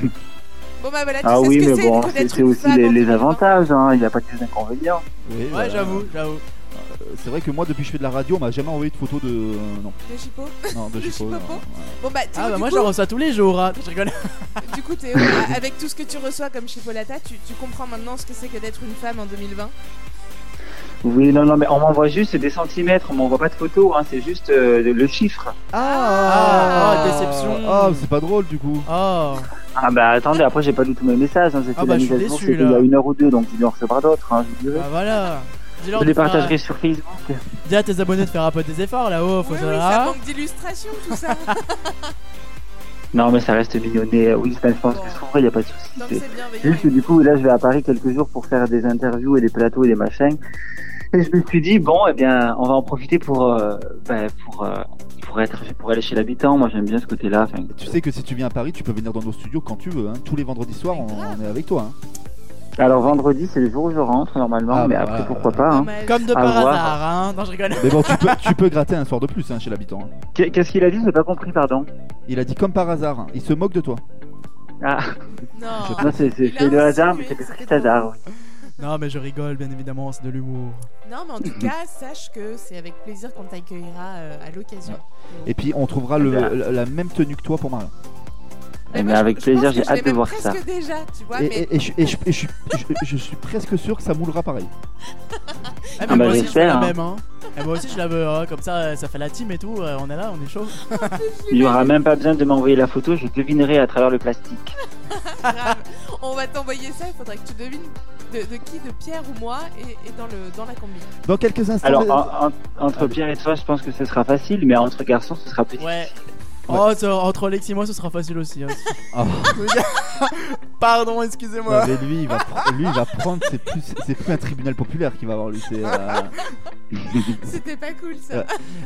Speaker 3: Bon bah voilà, tu
Speaker 4: ah
Speaker 3: sais
Speaker 4: oui,
Speaker 3: ce que
Speaker 4: mais
Speaker 3: c'est
Speaker 4: bon,
Speaker 3: que
Speaker 4: c'est
Speaker 3: d'être
Speaker 4: c'est
Speaker 3: une
Speaker 4: aussi
Speaker 3: femme
Speaker 4: les,
Speaker 3: en
Speaker 4: les
Speaker 3: 2020.
Speaker 4: avantages, hein. il n'y a pas que des inconvénients.
Speaker 1: Oui,
Speaker 2: Ouais,
Speaker 1: voilà.
Speaker 2: j'avoue, j'avoue.
Speaker 1: Euh, C'est vrai que moi, depuis que je fais de la radio, on m'a jamais envoyé de photos de. euh,
Speaker 2: [LAUGHS]
Speaker 1: non.
Speaker 3: De Chipo
Speaker 1: Non, de
Speaker 3: De
Speaker 1: Chipo, non,
Speaker 3: Chipopo
Speaker 1: ouais.
Speaker 3: Bon bah, Théo,
Speaker 2: Ah bah
Speaker 3: du,
Speaker 2: moi
Speaker 3: coup,
Speaker 2: j'en reçois tous les jours, hein. je rigole.
Speaker 3: du
Speaker 2: [LAUGHS]
Speaker 3: coup, Théo, bah, avec tout ce que tu reçois comme Chipolata, tu, tu comprends maintenant ce que c'est que d'être une femme en 2020
Speaker 4: Oui, non, non, mais on m'envoie juste des centimètres, on m'envoie pas de photos, hein, c'est juste euh, le chiffre.
Speaker 1: Ah,
Speaker 2: Ah, déception.
Speaker 1: Ah, c'est pas drôle du coup.
Speaker 2: Oh,
Speaker 4: Ah bah attendez, après j'ai pas du tout mes messages, hein. j'ai fait
Speaker 2: Ah bah,
Speaker 4: la
Speaker 2: je
Speaker 4: mise à
Speaker 2: suis
Speaker 4: jour
Speaker 2: déçu,
Speaker 4: c'était il y a
Speaker 2: là.
Speaker 4: une heure ou deux, donc il en recevra d'autres, hein, je vous dirai.
Speaker 2: bah voilà. Dis-leur
Speaker 4: je
Speaker 2: de
Speaker 4: les
Speaker 2: faire, euh,
Speaker 4: partagerai sur Facebook.
Speaker 2: Dis à tes abonnés de faire un peu des efforts là-haut, faut
Speaker 3: Oui,
Speaker 2: ça-
Speaker 3: oui, ça
Speaker 2: ah.
Speaker 3: manque d'illustration tout
Speaker 4: [LAUGHS]
Speaker 3: ça
Speaker 4: Non, mais ça reste mignonné. Oui, ça, je pense que je trouverai, il n'y a pas de souci.
Speaker 3: Donc,
Speaker 4: C'est
Speaker 3: c'est bienveillant.
Speaker 4: Juste que du coup, là, je vais à Paris quelques jours pour faire des interviews et des plateaux et des machins. Et je me suis dit, bon, eh bien, on va en profiter pour, euh, ben, pour, euh, pour, être, pour aller chez l'habitant. Moi, j'aime bien ce côté-là. Enfin,
Speaker 1: Tu sais que si tu viens à Paris, tu peux venir dans nos studios quand tu veux. hein. Tous les vendredis soirs, on, on est avec toi. hein.
Speaker 4: Alors, vendredi, c'est le jour où je rentre, normalement,
Speaker 1: Ah,
Speaker 4: mais
Speaker 1: bah,
Speaker 4: après,
Speaker 1: voilà.
Speaker 4: pourquoi pas. hein.
Speaker 2: Comme de
Speaker 4: À
Speaker 2: par
Speaker 4: voir.
Speaker 2: hasard, hein. Non, je rigole.
Speaker 1: Mais bon, tu peux, tu peux gratter un soir de plus hein, chez l'habitant. hein.
Speaker 4: Qu'est- Qu'est-ce qu'il a dit J'ai pas compris, pardon.
Speaker 1: Il a dit comme par hasard, hein. il se moque de toi.
Speaker 4: Ah,
Speaker 3: Non,
Speaker 4: non, c'est c'est-
Speaker 3: Il a
Speaker 4: c'est le hasard,
Speaker 3: insinué,
Speaker 4: mais c'est le triste
Speaker 3: c'était
Speaker 4: hasard. oui.
Speaker 2: Non, mais je rigole, bien évidemment, c'est de l'humour.
Speaker 3: Non, mais en tout cas, sache que c'est avec plaisir qu'on t'accueillera euh, à l'occasion.
Speaker 1: Et puis on trouvera le- la, la même tenue que toi pour Maria.
Speaker 4: Eh ben, avec plaisir, j'ai hâte de voir ça.
Speaker 3: Presque déjà, tu vois,
Speaker 1: Et,
Speaker 3: mais
Speaker 1: et- et je, et je- et je- je- je suis presque sûr que ça moulera pareil.
Speaker 2: Ah, mais
Speaker 4: bah,
Speaker 2: moi aussi je veux la
Speaker 4: j'espère, hein.
Speaker 2: même, hein. Et moi aussi je la veux, hein. comme ça euh, ça fait la team et tout, euh, on est là, on est chaud.
Speaker 4: Il y aura même pas besoin de m'envoyer la photo, je devinerai à travers le plastique.
Speaker 3: grave. on va t'envoyer ça, il faudrait que tu devines de, de qui, de Pierre ou moi, et, et dans, le, dans la combi.
Speaker 1: Dans quelques instants.
Speaker 4: Alors,
Speaker 1: les-
Speaker 4: en- en- entre Pierre et toi, je pense que ce sera facile, mais entre garçons, ce sera plus
Speaker 2: Ouais. Oh, ça- entre Alex et moi ce sera facile aussi. hein.
Speaker 1: Ah.
Speaker 2: [LAUGHS] Pardon,
Speaker 1: Non,
Speaker 2: excusez-moi.
Speaker 1: mais lui, il va, pr- lui, il va prendre. C'est plus, c'est plus un tribunal populaire qui va avoir lui. c'est, euh,
Speaker 3: C'était pas cool ça.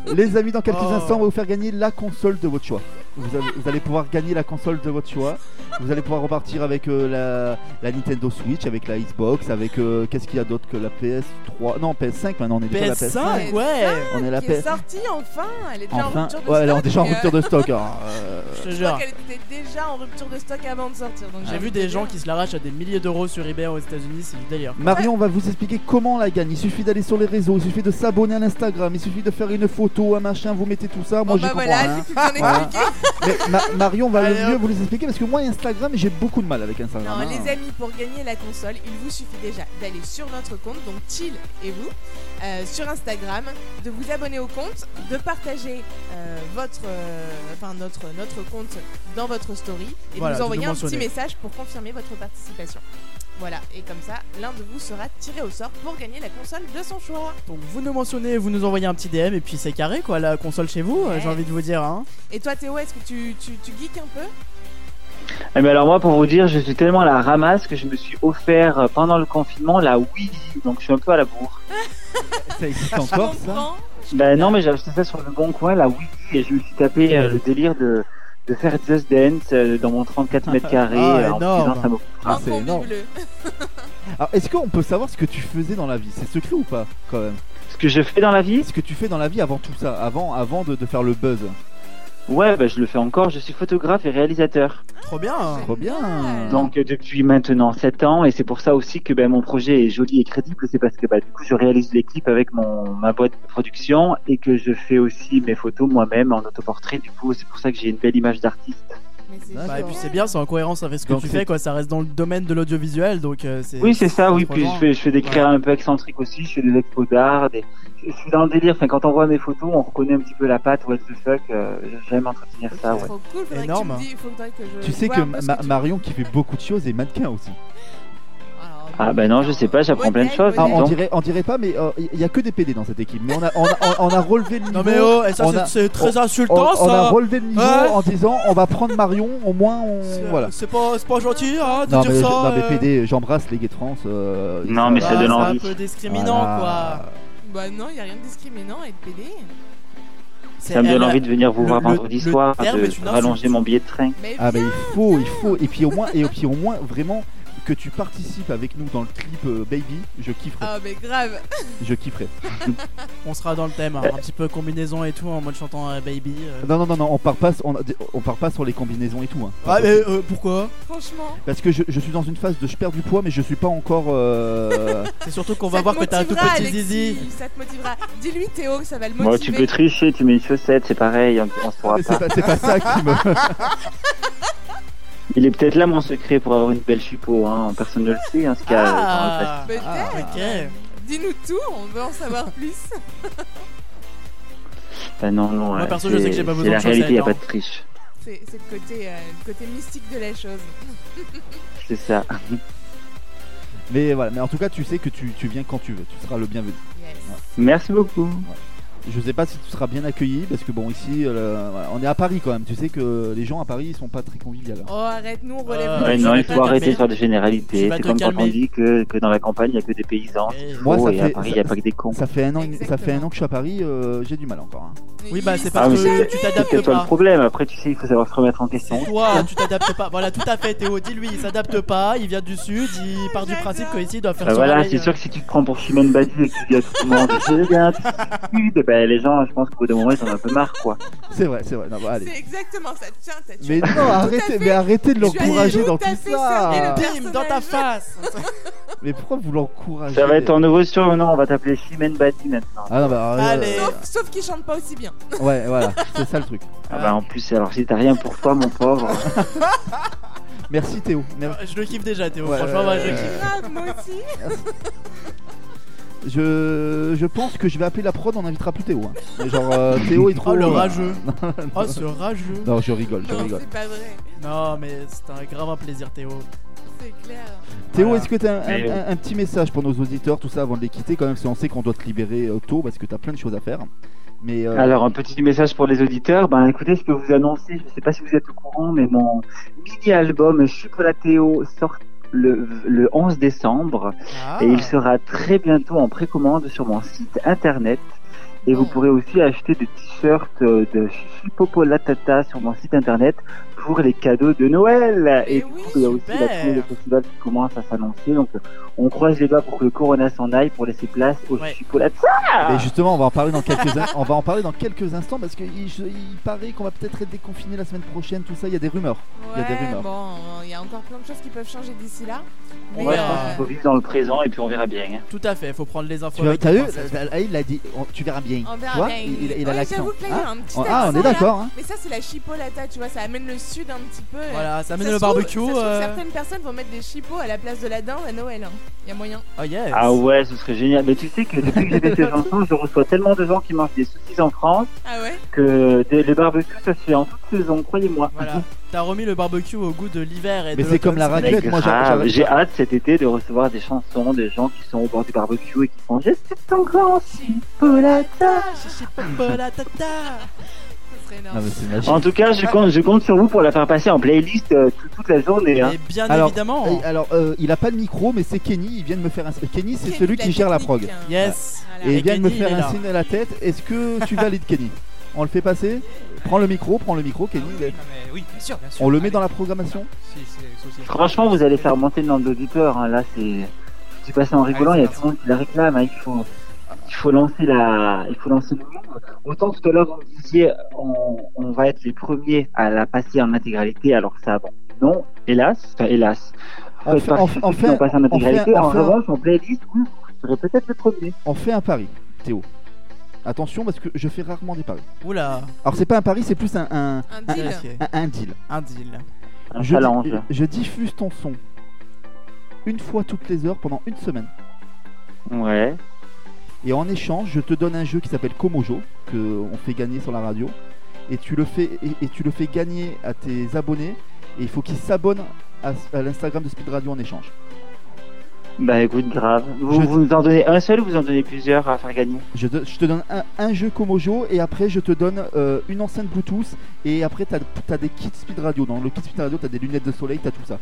Speaker 1: euh, Les amis, dans quelques
Speaker 2: Oh.
Speaker 1: instants, on va vous faire gagner la console de votre choix. Vous, avez- vous allez pouvoir gagner la console de votre choix. Vous allez pouvoir repartir avec euh, la, la Nintendo Switch, avec la Xbox, avec euh, qu'est-ce qu'il y a d'autre que la PS3 Non, PS5 maintenant, on est déjà à la PS5.
Speaker 2: PS5, ouais.
Speaker 1: On est à la
Speaker 3: [LAUGHS] Qui est
Speaker 1: PS.
Speaker 3: sortie enfin Elle est déjà en
Speaker 1: Enfin,
Speaker 3: rupture de
Speaker 1: ouais,
Speaker 3: stock.
Speaker 1: alors déjà en
Speaker 3: euh,
Speaker 1: rupture de stock. alors,
Speaker 3: [LAUGHS]
Speaker 1: euh,
Speaker 3: Je crois qu'elle était déjà en rupture de stock avant de sortir. donc
Speaker 2: J'ai
Speaker 3: j'avoue
Speaker 2: vu
Speaker 3: que
Speaker 2: des
Speaker 3: c'est
Speaker 2: gens
Speaker 3: bien.
Speaker 2: qui se l'arrachent à des milliers d'euros sur eBay aux États-Unis, c'est du délire.
Speaker 1: Marion, on va vous expliquer comment on la gagne. Il suffit d'aller sur les réseaux, il suffit de s'abonner à l'Instagram, il suffit de faire une photo, un machin, vous mettez tout ça. Moi,
Speaker 3: Bon,
Speaker 1: je
Speaker 3: bah
Speaker 1: comprends.
Speaker 3: voilà,
Speaker 1: rien.
Speaker 3: j'ai pu bien
Speaker 1: Voilà. Mais Ma- Marion va
Speaker 2: Allez,
Speaker 1: le mieux
Speaker 2: hop.
Speaker 1: vous les expliquer parce que moi, Instagram, j'ai beaucoup de mal avec Instagram.
Speaker 3: Non,
Speaker 1: hein.
Speaker 3: les amis, pour gagner la console, il vous suffit déjà d'aller sur notre compte, donc Chill et vous, euh, sur Instagram, de vous abonner au compte, de partager euh, votre, euh, enfin notre, notre compte dans votre story et
Speaker 2: Voilà, de
Speaker 3: de nous envoyer
Speaker 2: nous
Speaker 3: un petit
Speaker 2: mentionner.
Speaker 3: message pour confirmer votre participation. Voilà, et comme ça, l'un de vous sera tiré au sort pour gagner la console de son choix.
Speaker 2: Donc vous nous mentionnez, vous nous envoyez un petit DM et puis c'est carré quoi, la console chez vous, euh, j'ai envie de vous dire. Hein.
Speaker 3: Et toi, Théo, est-ce que tu, tu, tu geeks un peu
Speaker 4: Eh ben alors moi pour vous dire, je suis tellement à la ramasse que je me suis offert euh, pendant le confinement la Wii, donc je suis un peu à la bourre.
Speaker 1: Ça existe encore Ah, ça
Speaker 4: Ben non mais j'ai acheté ça sur le bon coin, la Wii, et je me suis tapé euh, le délire de, de faire Just Dance euh, dans mon
Speaker 1: [LAUGHS]
Speaker 4: 34 mètres carrés
Speaker 1: Ah,
Speaker 4: euh, en
Speaker 1: énorme.
Speaker 4: disant ça me coûtera.
Speaker 1: Ah, c'est énorme. Alors, est-ce qu'on peut savoir ce que tu faisais dans la vie C'est secret ou pas, quand même
Speaker 4: Ce que je fais dans la vie
Speaker 1: Ce que tu fais dans la vie avant tout ça, avant, avant de, de faire le buzz.
Speaker 4: Ouais, ben je le fais encore, je suis photographe et réalisateur.
Speaker 2: Ah, Trop bien.
Speaker 1: Trop bien.
Speaker 3: [LAUGHS]
Speaker 4: Donc euh, depuis maintenant 7 ans et c'est pour ça aussi que ben, mon projet est joli et crédible, c'est parce que ben, du coup je réalise les clips avec mon, ma boîte de production et que je fais aussi mes photos moi-même en autoportrait du coup c'est pour ça que j'ai une belle image d'artiste.
Speaker 2: Bah, et puis c'est bien, c'est en cohérence avec ce que
Speaker 4: Donc
Speaker 2: tu
Speaker 4: c'est-
Speaker 2: fais quoi, ça reste dans le domaine de l'audiovisuel donc euh, c'est.
Speaker 4: Oui c'est ça, oui
Speaker 2: trop
Speaker 4: puis
Speaker 2: loin.
Speaker 4: je fais, je fais des créas
Speaker 2: Voilà.
Speaker 4: un peu excentriques aussi, je fais des expos d'art, des... je suis dans le délire, enfin, quand on voit mes photos on reconnaît un petit peu la patte, what the fuck, euh, j'aime entretenir ça Ah ouais.
Speaker 3: Trop cool, faudrait
Speaker 1: Énorme.
Speaker 2: hein.
Speaker 3: que tu me dis, faudrait que je
Speaker 1: Tu sais
Speaker 3: vois
Speaker 1: que
Speaker 3: un peu ce
Speaker 1: Ma-
Speaker 3: tu-
Speaker 1: Marion qui fait beaucoup de choses est mannequin aussi.
Speaker 4: Ah ben non je sais pas, j'apprends plein de choses.
Speaker 1: Ah,
Speaker 4: dis
Speaker 1: on,
Speaker 4: donc.
Speaker 1: dirait, on dirait pas, mais euh, il y a que des PD dans cette équipe. Mais on a, on a, on a- on a relevé le niveau.
Speaker 2: Non mais oh, et ça,
Speaker 1: on
Speaker 2: c'est-
Speaker 1: a-
Speaker 2: c'est très
Speaker 1: on-
Speaker 2: insultant,
Speaker 1: on, On a
Speaker 2: ça.
Speaker 1: relevé le niveau
Speaker 2: Ouais.
Speaker 1: en disant on va prendre Marion, au moins on. Voilà.
Speaker 2: C'est pas, c'est pas gentil hein, de
Speaker 1: Non
Speaker 2: dire
Speaker 1: mais, je-
Speaker 2: ça.
Speaker 1: non, mais
Speaker 2: euh.
Speaker 1: PD, j'embrasse les gays trans. euh,
Speaker 4: Non, mais
Speaker 1: va.
Speaker 4: ça donne
Speaker 2: C'est
Speaker 4: envie.
Speaker 2: un peu discriminant
Speaker 1: Voilà.
Speaker 2: quoi.
Speaker 3: Bah non, il a rien de discriminant à être PD.
Speaker 4: Ça me donne envie de venir vous
Speaker 1: euh, le-
Speaker 4: voir
Speaker 1: le-
Speaker 4: vendredi
Speaker 1: le
Speaker 4: soir,
Speaker 1: terme est
Speaker 4: de
Speaker 1: une
Speaker 4: rallonger
Speaker 1: insulte.
Speaker 4: mon billet de train.
Speaker 2: bah
Speaker 1: Ah mais il faut, il faut. Et puis au moins, et puis au moins vraiment que tu participes avec nous dans le clip euh, Baby, je kifferais.
Speaker 3: Ah mais grave.
Speaker 1: Je kifferais.
Speaker 2: On sera dans le thème, hein, un petit peu combinaison et tout en mode chantant euh, Baby. euh.
Speaker 1: Non non non non, on part pas, on, on part pas sur les combinaisons et tout. hein.
Speaker 2: Ah mais euh, pourquoi
Speaker 3: Franchement.
Speaker 1: Parce que je, je suis dans une phase de je perds du poids, mais je suis pas encore.
Speaker 2: [LAUGHS]
Speaker 1: euh,
Speaker 2: C'est surtout qu'on va voir que t'as un tout
Speaker 3: motivera,
Speaker 2: petit
Speaker 3: Alexis,
Speaker 2: zizi.
Speaker 3: Ça te motivera. Dis-lui Théo, ça va le motiver.
Speaker 4: Bon, tu peux tricher, tu mets une chaussette, c'est pareil, on, on se pourra
Speaker 1: mais c'est pas, c'est pas ça qui me.
Speaker 4: Il est peut-être là mon secret pour avoir une belle chupeau, hein. personne ne le sait, hein, ce qu'il y a euh,
Speaker 2: Ah
Speaker 4: dans le passé.
Speaker 3: Peut-être.
Speaker 2: eh.
Speaker 3: Dis-nous tout, on veut en savoir plus. [LAUGHS]
Speaker 4: Ben non, non,
Speaker 2: Moi,
Speaker 4: euh,
Speaker 2: perso, je sais que
Speaker 4: c'est-
Speaker 2: j'ai pas
Speaker 4: c'est
Speaker 2: besoin
Speaker 4: la
Speaker 2: de
Speaker 4: réalité, il n'y a
Speaker 2: chaussettes, hein.
Speaker 4: pas de triche,
Speaker 3: C'est c'est le côté, euh, le côté mystique de la chose.
Speaker 4: c'est ça. [LAUGHS]
Speaker 1: Mais voilà, mais en tout cas, tu sais que tu, tu viens quand tu veux, tu seras le bienvenu.
Speaker 3: Yes.
Speaker 4: Merci beaucoup.
Speaker 1: Je sais pas si tu seras bien accueilli parce que bon ici euh, voilà, on est à Paris quand même. Tu sais que les gens à Paris ils sont pas très conviviales.
Speaker 3: Oh arrête, nous on relève.
Speaker 2: Ah,
Speaker 1: Euh,
Speaker 3: le
Speaker 4: Ouais,
Speaker 3: jeu.
Speaker 4: non,
Speaker 1: vas
Speaker 4: il
Speaker 1: pas
Speaker 4: faut
Speaker 1: te
Speaker 4: arrêter
Speaker 1: calmer.
Speaker 4: de faire des
Speaker 1: Tu
Speaker 4: généralités,
Speaker 1: vas
Speaker 4: c'est
Speaker 1: te
Speaker 4: comme quand on
Speaker 1: calmer.
Speaker 4: dit que, que dans la campagne, il n'y a que des paysans, c'est
Speaker 1: Moi,
Speaker 4: faux,
Speaker 1: ça
Speaker 4: et à
Speaker 1: fait-
Speaker 4: Paris, il
Speaker 1: ça-
Speaker 4: n'y a pas que des cons.
Speaker 1: Ça fait un an, ça fait un an que je suis à Paris, euh, j'ai du mal encore. hein.
Speaker 2: Oui bah c'est
Speaker 4: Ah,
Speaker 2: parce
Speaker 4: mais
Speaker 2: que
Speaker 4: c'est
Speaker 2: tu
Speaker 4: c'est
Speaker 2: t'adaptes
Speaker 4: peut-être toi le
Speaker 2: pas.
Speaker 4: problème, après, tu sais, il faut savoir se remettre en question.
Speaker 2: Toi, tu t'adaptes pas. Voilà, tout à fait, Théo. Dis-lui, il s'adapte pas. Il vient du sud. Il
Speaker 3: Ah,
Speaker 2: part du principe qu'ici, il doit faire
Speaker 4: Bah
Speaker 2: son
Speaker 4: voilà,
Speaker 2: oreille,
Speaker 4: c'est
Speaker 2: euh,
Speaker 4: sûr que si tu te prends pour Shimon Badi et que tu dis à tout le monde, je
Speaker 2: [LAUGHS]
Speaker 4: viens du Sud, bah, les gens, je pense qu'au bout d'un moment, ils en ont un peu marre, quoi.
Speaker 1: C'est vrai, c'est vrai. Non, bah, allez.
Speaker 3: C'est exactement ça. Tiens, t'as tu
Speaker 1: Mais
Speaker 3: as
Speaker 1: non,
Speaker 3: tout à
Speaker 1: arrêtez-
Speaker 3: fait-
Speaker 1: mais arrêtez de
Speaker 3: tu as
Speaker 1: l'encourager dans
Speaker 3: à
Speaker 1: tout
Speaker 3: fait
Speaker 1: ça.
Speaker 3: cerner le
Speaker 2: Bim, dans ta
Speaker 3: personnage.
Speaker 2: face.
Speaker 1: Mais pourquoi vous l'encouragez
Speaker 4: Ça va être ton nouveau surnom, on va t'appeler Shimon Badi maintenant.
Speaker 1: Ah non, bah, euh,
Speaker 3: Sauf, sauf qu'il chante pas aussi
Speaker 2: euh,
Speaker 3: bien.
Speaker 1: Ouais, voilà, c'est ça le truc.
Speaker 4: Ah bah en plus, alors si t'as rien pour toi, mon pauvre.
Speaker 1: Merci Théo. Mer-
Speaker 2: Je le kiffe déjà, Théo.
Speaker 1: Ouais,
Speaker 2: Franchement, moi, je le
Speaker 1: ouais,
Speaker 2: kiffe.
Speaker 3: Grave, moi aussi.
Speaker 1: Euh, Je... je pense que je vais appeler la prod, on invitera plus Théo. hein. Mais Genre euh, Théo est trop.
Speaker 2: Oh, le
Speaker 1: euh,
Speaker 2: rageux.
Speaker 1: [LAUGHS] non, non.
Speaker 2: Oh, ce rageux.
Speaker 1: Non, je rigole, je
Speaker 2: Non,
Speaker 1: rigole.
Speaker 3: C'est pas vrai,
Speaker 2: Non, mais c'est un grave un plaisir, Théo.
Speaker 3: c'est clair.
Speaker 1: Théo,
Speaker 2: Voilà.
Speaker 1: est-ce que t'as un,
Speaker 2: Mais-
Speaker 1: un- un petit message pour nos auditeurs, tout ça, avant de les quitter quand même, parce qu'on sait qu'on doit te libérer euh, tôt parce que t'as plein de choses à faire. Mais euh,
Speaker 4: Alors un petit message pour les auditeurs, ben écoutez, je peux vous annoncer, je sais pas si vous êtes au courant, mais mon mini-album Chocolatéo sort le, le 11
Speaker 2: Ah,
Speaker 4: décembre et il sera très bientôt en précommande sur mon site internet. Et vous pourrez aussi acheter des t-shirts euh, de Chichi Popo La Tata sur mon site internet pour les cadeaux de Noël. Et, du coup, il y a aussi la
Speaker 2: super.
Speaker 4: tournée des festivals qui commence à s'annoncer. Donc, euh, on croise les doigts pour que le Corona s'en aille pour laisser place au Chichi Popo La Tata.
Speaker 1: Mais justement, on va en parler dans quelques, in- on va en parler dans quelques instants parce qu'il il paraît qu'on va peut-être être déconfiné la semaine prochaine, tout ça. Il y a des rumeurs. il y a des
Speaker 3: Ouais,
Speaker 1: rumeurs.
Speaker 3: bon, il y a encore plein de choses qui peuvent changer d'ici là. Mais,
Speaker 4: Ouais, je
Speaker 3: euh,
Speaker 4: pense qu'il faut vivre dans le présent et puis on verra bien. hein.
Speaker 2: Tout à fait, faut prendre les infos.
Speaker 1: Tu vois,
Speaker 2: avec
Speaker 1: t'as
Speaker 2: des
Speaker 1: vu
Speaker 2: pincettes.
Speaker 1: là, il l'a dit. on- tu verras bien.
Speaker 3: On
Speaker 1: Tu
Speaker 3: verra
Speaker 1: vois,
Speaker 3: bien.
Speaker 1: il, il- il a
Speaker 3: Ouais,
Speaker 1: l'accent.
Speaker 3: J'avoue que là, il y a un petit
Speaker 1: Hein ah, on
Speaker 3: accent,
Speaker 1: est
Speaker 3: là.
Speaker 1: d'accord. hein.
Speaker 3: Mais ça, c'est la chipolata, tu vois, ça amène le sud un petit peu.
Speaker 2: Voilà, ça amène
Speaker 3: se
Speaker 2: le
Speaker 3: trouve-
Speaker 2: barbecue,
Speaker 3: ça se trouve,
Speaker 2: euh.
Speaker 3: Certaines personnes vont mettre des chipots à la place de la dinde à Noël. hein. Il y a moyen.
Speaker 2: Oh yes.
Speaker 4: Ah ouais, ce serait génial. Mais tu sais que depuis que j'ai
Speaker 2: [LAUGHS]
Speaker 4: fait ces chansons, je reçois tellement de gens qui mangent des saucisses en France
Speaker 3: Ah ouais
Speaker 4: que des- les barbecues, ça se fait en toute saison, croyez-moi.
Speaker 2: Voilà. Ah, T'as remis le barbecue au goût de l'hiver et
Speaker 4: Mais
Speaker 2: de
Speaker 4: c'est comme la
Speaker 2: l'automne.
Speaker 4: raclette, moi j'ai, j'ai hâte cet été de recevoir des chansons des gens qui sont au bord du barbecue et qui font Je suis encore en chipolata.
Speaker 1: Ah,
Speaker 4: En tout cas, je compte, je compte sur vous pour la faire passer en playlist euh, tout- toute la journée. hein.
Speaker 1: alors,
Speaker 2: Oh.
Speaker 1: euh, alors, euh, il a pas le micro, mais c'est Kenny. Il vient de me faire un. Kenny, c'est celui qui gère la prog.
Speaker 3: hein.
Speaker 2: Yes.
Speaker 1: Voilà.
Speaker 2: Voilà.
Speaker 1: Et il vient de me
Speaker 2: Kenny, il
Speaker 1: faire
Speaker 2: est
Speaker 1: un
Speaker 2: là.
Speaker 1: signe à la tête. Est-ce que tu valides, Kenny On le fait passer Prends le micro, prends le micro, Kenny. il est-
Speaker 13: Ah, Mais oui, bien sûr, bien sûr.
Speaker 1: On le met dans la programmation
Speaker 13: Si, c'est- c'est- c'est-
Speaker 4: Franchement, vous allez faire monter le nombre d'auditeurs. hein. Là, c'est. Je dis pas ça en rigolant, il y a tout le monde qui la réclame. hein. Il, faut... il faut lancer la. Il faut lancer le monde. Autant tout à l'heure, vous me disiez, on... on va être les premiers à la passer en intégralité, alors que ça, bon. Non, hélas, enfin, hélas.
Speaker 1: On fait- on fait- on fait-
Speaker 4: on passe en
Speaker 1: on fait-
Speaker 4: intégralité.
Speaker 1: on
Speaker 4: En
Speaker 1: fait-
Speaker 4: revanche, en playlist, oui, je serais peut-être le premier.
Speaker 1: On fait un pari, Théo. Attention, parce que je fais rarement des paris.
Speaker 2: Oula.
Speaker 1: Alors, c'est pas un pari, c'est plus un. Un,
Speaker 2: Un deal.
Speaker 1: un- un- un deal.
Speaker 2: Un deal.
Speaker 4: Un
Speaker 1: je,
Speaker 4: challenge.
Speaker 1: je diffuse ton son une fois toutes les heures pendant une semaine.
Speaker 4: Ouais.
Speaker 1: Et en échange, je te donne un jeu qui s'appelle Komojo, que on fait gagner sur la radio. Et tu le fais, et, et tu le fais gagner à tes abonnés. Et il faut qu'ils s'abonnent à, à l'Instagram de Speed Radio en échange.
Speaker 4: Bah écoute, grave. Vous, vous nous en donnez un seul ou vous en donnez plusieurs à faire gagner
Speaker 1: Je te, je te donne un, un jeu Komojo et après je te donne euh, une enceinte Bluetooth et après t'as as des kits Speed Radio. Dans le kit Speed Radio, t'as des lunettes de soleil, t'as tout ça.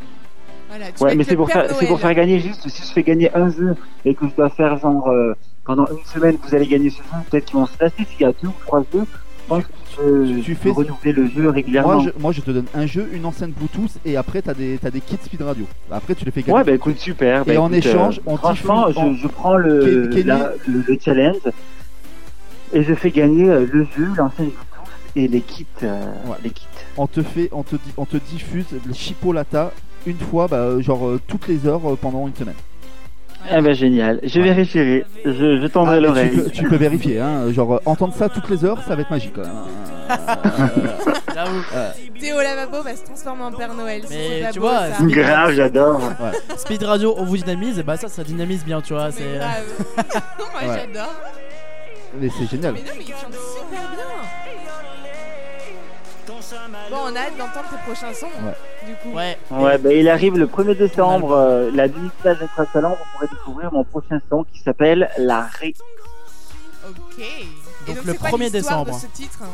Speaker 3: Voilà, tu vas
Speaker 4: Ouais,
Speaker 3: être
Speaker 4: mais
Speaker 3: le
Speaker 4: c'est pour,
Speaker 3: Père
Speaker 4: faire, c'est pour
Speaker 3: Noël.
Speaker 4: faire gagner juste. Si je fais gagner un jeu et que je dois faire genre euh, pendant une semaine, vous allez gagner ce jeu, peut-être qu'ils vont se lasser. S'il y a deux ou trois jeux, je pense que je peux- je peux renouveler le jeu régulièrement.
Speaker 1: Moi je, moi, je te donne un jeu, une enceinte Bluetooth et après t'as des, t'as des kits Speed Radio. Après tu les fais gagner.
Speaker 4: Ouais, bah écoute, super.
Speaker 1: et
Speaker 4: Bah,
Speaker 1: en
Speaker 4: écoute,
Speaker 1: échange,
Speaker 4: euh,
Speaker 1: on
Speaker 4: franchement,
Speaker 1: diffuse en-
Speaker 4: je, je prends le,
Speaker 1: Ken- Kenny-
Speaker 4: la- le, le challenge et je fais gagner euh, le jeu, l'enceinte Bluetooth et les kits. euh, les kits.
Speaker 1: on te fait, on te, di- on te diffuse le chipolata une fois, bah, euh, genre euh, toutes les heures euh, pendant une semaine.
Speaker 4: Ah bah génial. Je vérifierai. Je, je tendrai
Speaker 1: Ah, mais
Speaker 4: l'oreille.
Speaker 1: tu, peux, tu peux vérifier, hein, genre euh, entendre ça toutes les heures, ça va être magique quand même.
Speaker 2: J'avoue.
Speaker 1: Euh,
Speaker 3: Théo Lavabo va se transformer en Père Noël.
Speaker 2: Mais
Speaker 3: C'est
Speaker 2: tu
Speaker 3: beau,
Speaker 2: vois,
Speaker 3: ça.
Speaker 2: Speed-
Speaker 4: Grave, j'adore.
Speaker 2: Speed Radio, on vous dynamise, et bah ça, ça dynamise bien, tu vois. C'est. euh,
Speaker 3: grave. Bah, [LAUGHS] Moi
Speaker 1: Ouais.
Speaker 3: j'adore.
Speaker 1: mais c'est génial.
Speaker 3: Mais non, mais il chante super bien. Bon, on a hâte d'entendre tes prochains sons. hein, Du coup.
Speaker 2: Ouais.
Speaker 4: Ouais, bah, il arrive le 1er décembre, euh, la demi-finale d'Extra Talent, vous pourrez découvrir mon prochain son qui s'appelle La Ré.
Speaker 3: Ok. Et
Speaker 2: Donc,
Speaker 3: donc
Speaker 2: le
Speaker 3: c'est quoi
Speaker 2: 1er
Speaker 3: l'histoire
Speaker 2: décembre. hein.
Speaker 3: De ce titre hein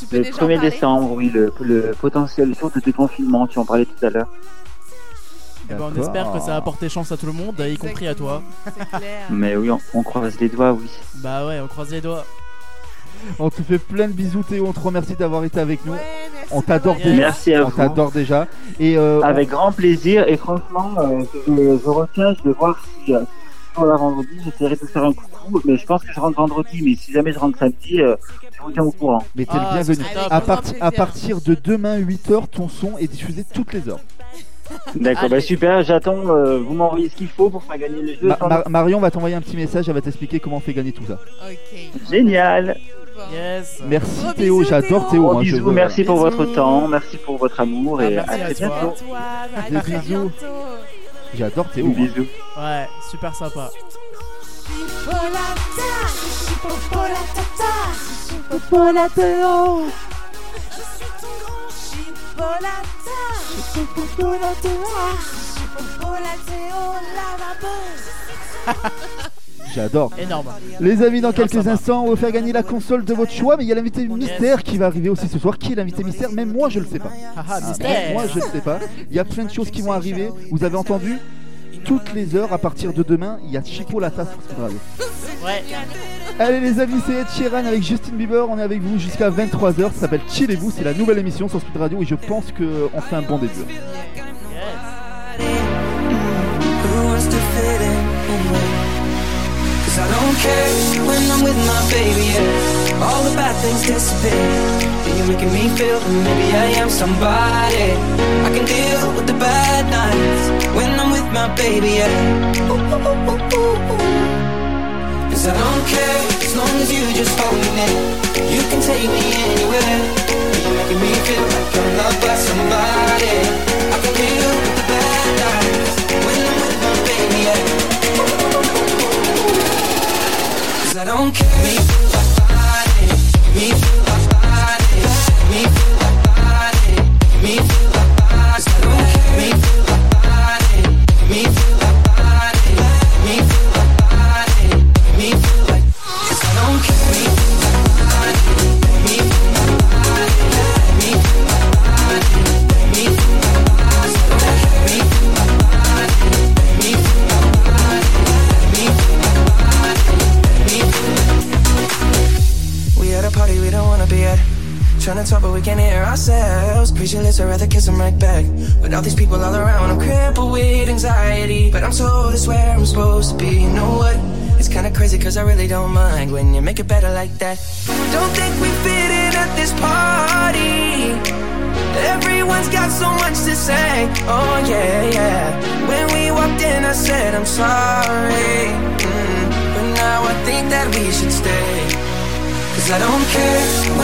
Speaker 3: tu peux
Speaker 4: Le
Speaker 3: déjà en
Speaker 4: 1er
Speaker 3: parler
Speaker 4: décembre, oui, le, le potentiel jour de déconfinement, tu en parlais tout à l'heure.
Speaker 2: Eh ben, on espère que ça a apporté chance à tout le monde, y compris à toi.
Speaker 4: Mais oui, on, on croise les doigts, oui.
Speaker 2: Bah ouais, on croise les doigts.
Speaker 1: On te fait plein de bisous Théo, on te remercie d'avoir été avec [LAUGHS] nous. on t'adore
Speaker 4: d'avoir
Speaker 1: déjà.
Speaker 4: Merci à
Speaker 1: on
Speaker 4: vous.
Speaker 1: t'adore déjà. Et euh,
Speaker 4: Avec
Speaker 1: on-
Speaker 4: grand plaisir, et franchement, euh, je, je retiens, je vais voir si euh, si on la vendredi, j'essaierai de faire un coucou, mais je pense que je rentre vendredi, mais si jamais je rentre samedi, euh, je vous tiens au courant.
Speaker 1: Mais t'es le bienvenu. À, part- à partir de demain 8h, ton son est diffusé toutes les heures.
Speaker 4: D'accord, bah super, j'attends, euh, vous m'envoyez ce qu'il faut pour faire gagner le jeu.
Speaker 1: Ma- Ma- Marion va t'envoyer un petit message, elle va t'expliquer comment on fait gagner tout ça.
Speaker 4: Génial.
Speaker 2: Yes.
Speaker 1: Merci Théo, j'adore Théo.
Speaker 4: Gros
Speaker 1: hein, je
Speaker 4: Oh, bisous,
Speaker 1: veux-
Speaker 4: merci pour votre temps, merci pour votre amour et
Speaker 2: Ah, merci
Speaker 4: à
Speaker 2: à
Speaker 4: très
Speaker 2: toi.
Speaker 4: bientôt.
Speaker 1: Des bisous. J'adore Théo. hein.
Speaker 4: Bisous.
Speaker 2: Ouais, super sympa.
Speaker 6: Chipolata, chipopolata, chipopolatéo. Je suis ton grand chipolata, chipopolatéo, chipopolatéo, lavabo.
Speaker 1: hein, J'adore.
Speaker 2: Énorme.
Speaker 1: Les amis, dans quelques instants, on va vous faire gagner la console de votre choix, mais il y a l'invité mystère qui va arriver aussi ce soir. Qui est l'invité mystère Même moi, je le sais pas.
Speaker 2: ah,
Speaker 1: moi,
Speaker 2: mystère.
Speaker 1: Moi, je le sais pas. Il y a plein de choses qui vont arriver. Vous avez entendu Toutes les heures, à partir de demain, il y a Chipo Lata sur Speed Radio.
Speaker 2: Ouais.
Speaker 1: Allez les amis, c'est Ed Sheeran avec Justin Bieber. On est avec vous jusqu'à 23h. Ça s'appelle Chillez-vous. C'est la nouvelle émission sur Speed Radio et je pense qu'on fait un bon début.
Speaker 7: Who wants to fit in anyway? Cause I don't care when I'm with my baby. Yeah. All the bad things disappear. And you're making me feel that maybe I am somebody. I can deal with the bad nights when I'm with my baby. Yeah. Ooh, ooh, ooh, ooh, ooh, ooh. Cause I don't care as long as you just hold me near. You can take me anywhere. You're making me feel like I'm loved by somebody. I can deal with the bad nights. When I'm with my baby, yeah. Cause I don't care. Me feel my body. Me feel my body. Me feel my body. Me feel my body. 'Cause I don't care. Me feel my body. Me feel my body. Me feel my body. Me feel my. 'Cause I don't care. Me feel my body. Me feel my body. Me feel my body. Me feel my body. 'Cause I don't care. Me feel my body. Me feel my body. Me
Speaker 16: We at a party we don't wanna be at. Trying to talk, but we can't hear ourselves. Preacherless, I'd rather kiss 'em right back. With all these people all around, I'm crippled with anxiety. But I'm told it's where I'm supposed to be. You know what? It's kinda crazy, cause I really don't mind when you make it better like that. Don't think we fit in at this party. Everyone's got so much to say. Oh, yeah, yeah. When we walked in, I said, I'm sorry. Mm-hmm. Mm, But now I think that we should stay. Cause I don't care.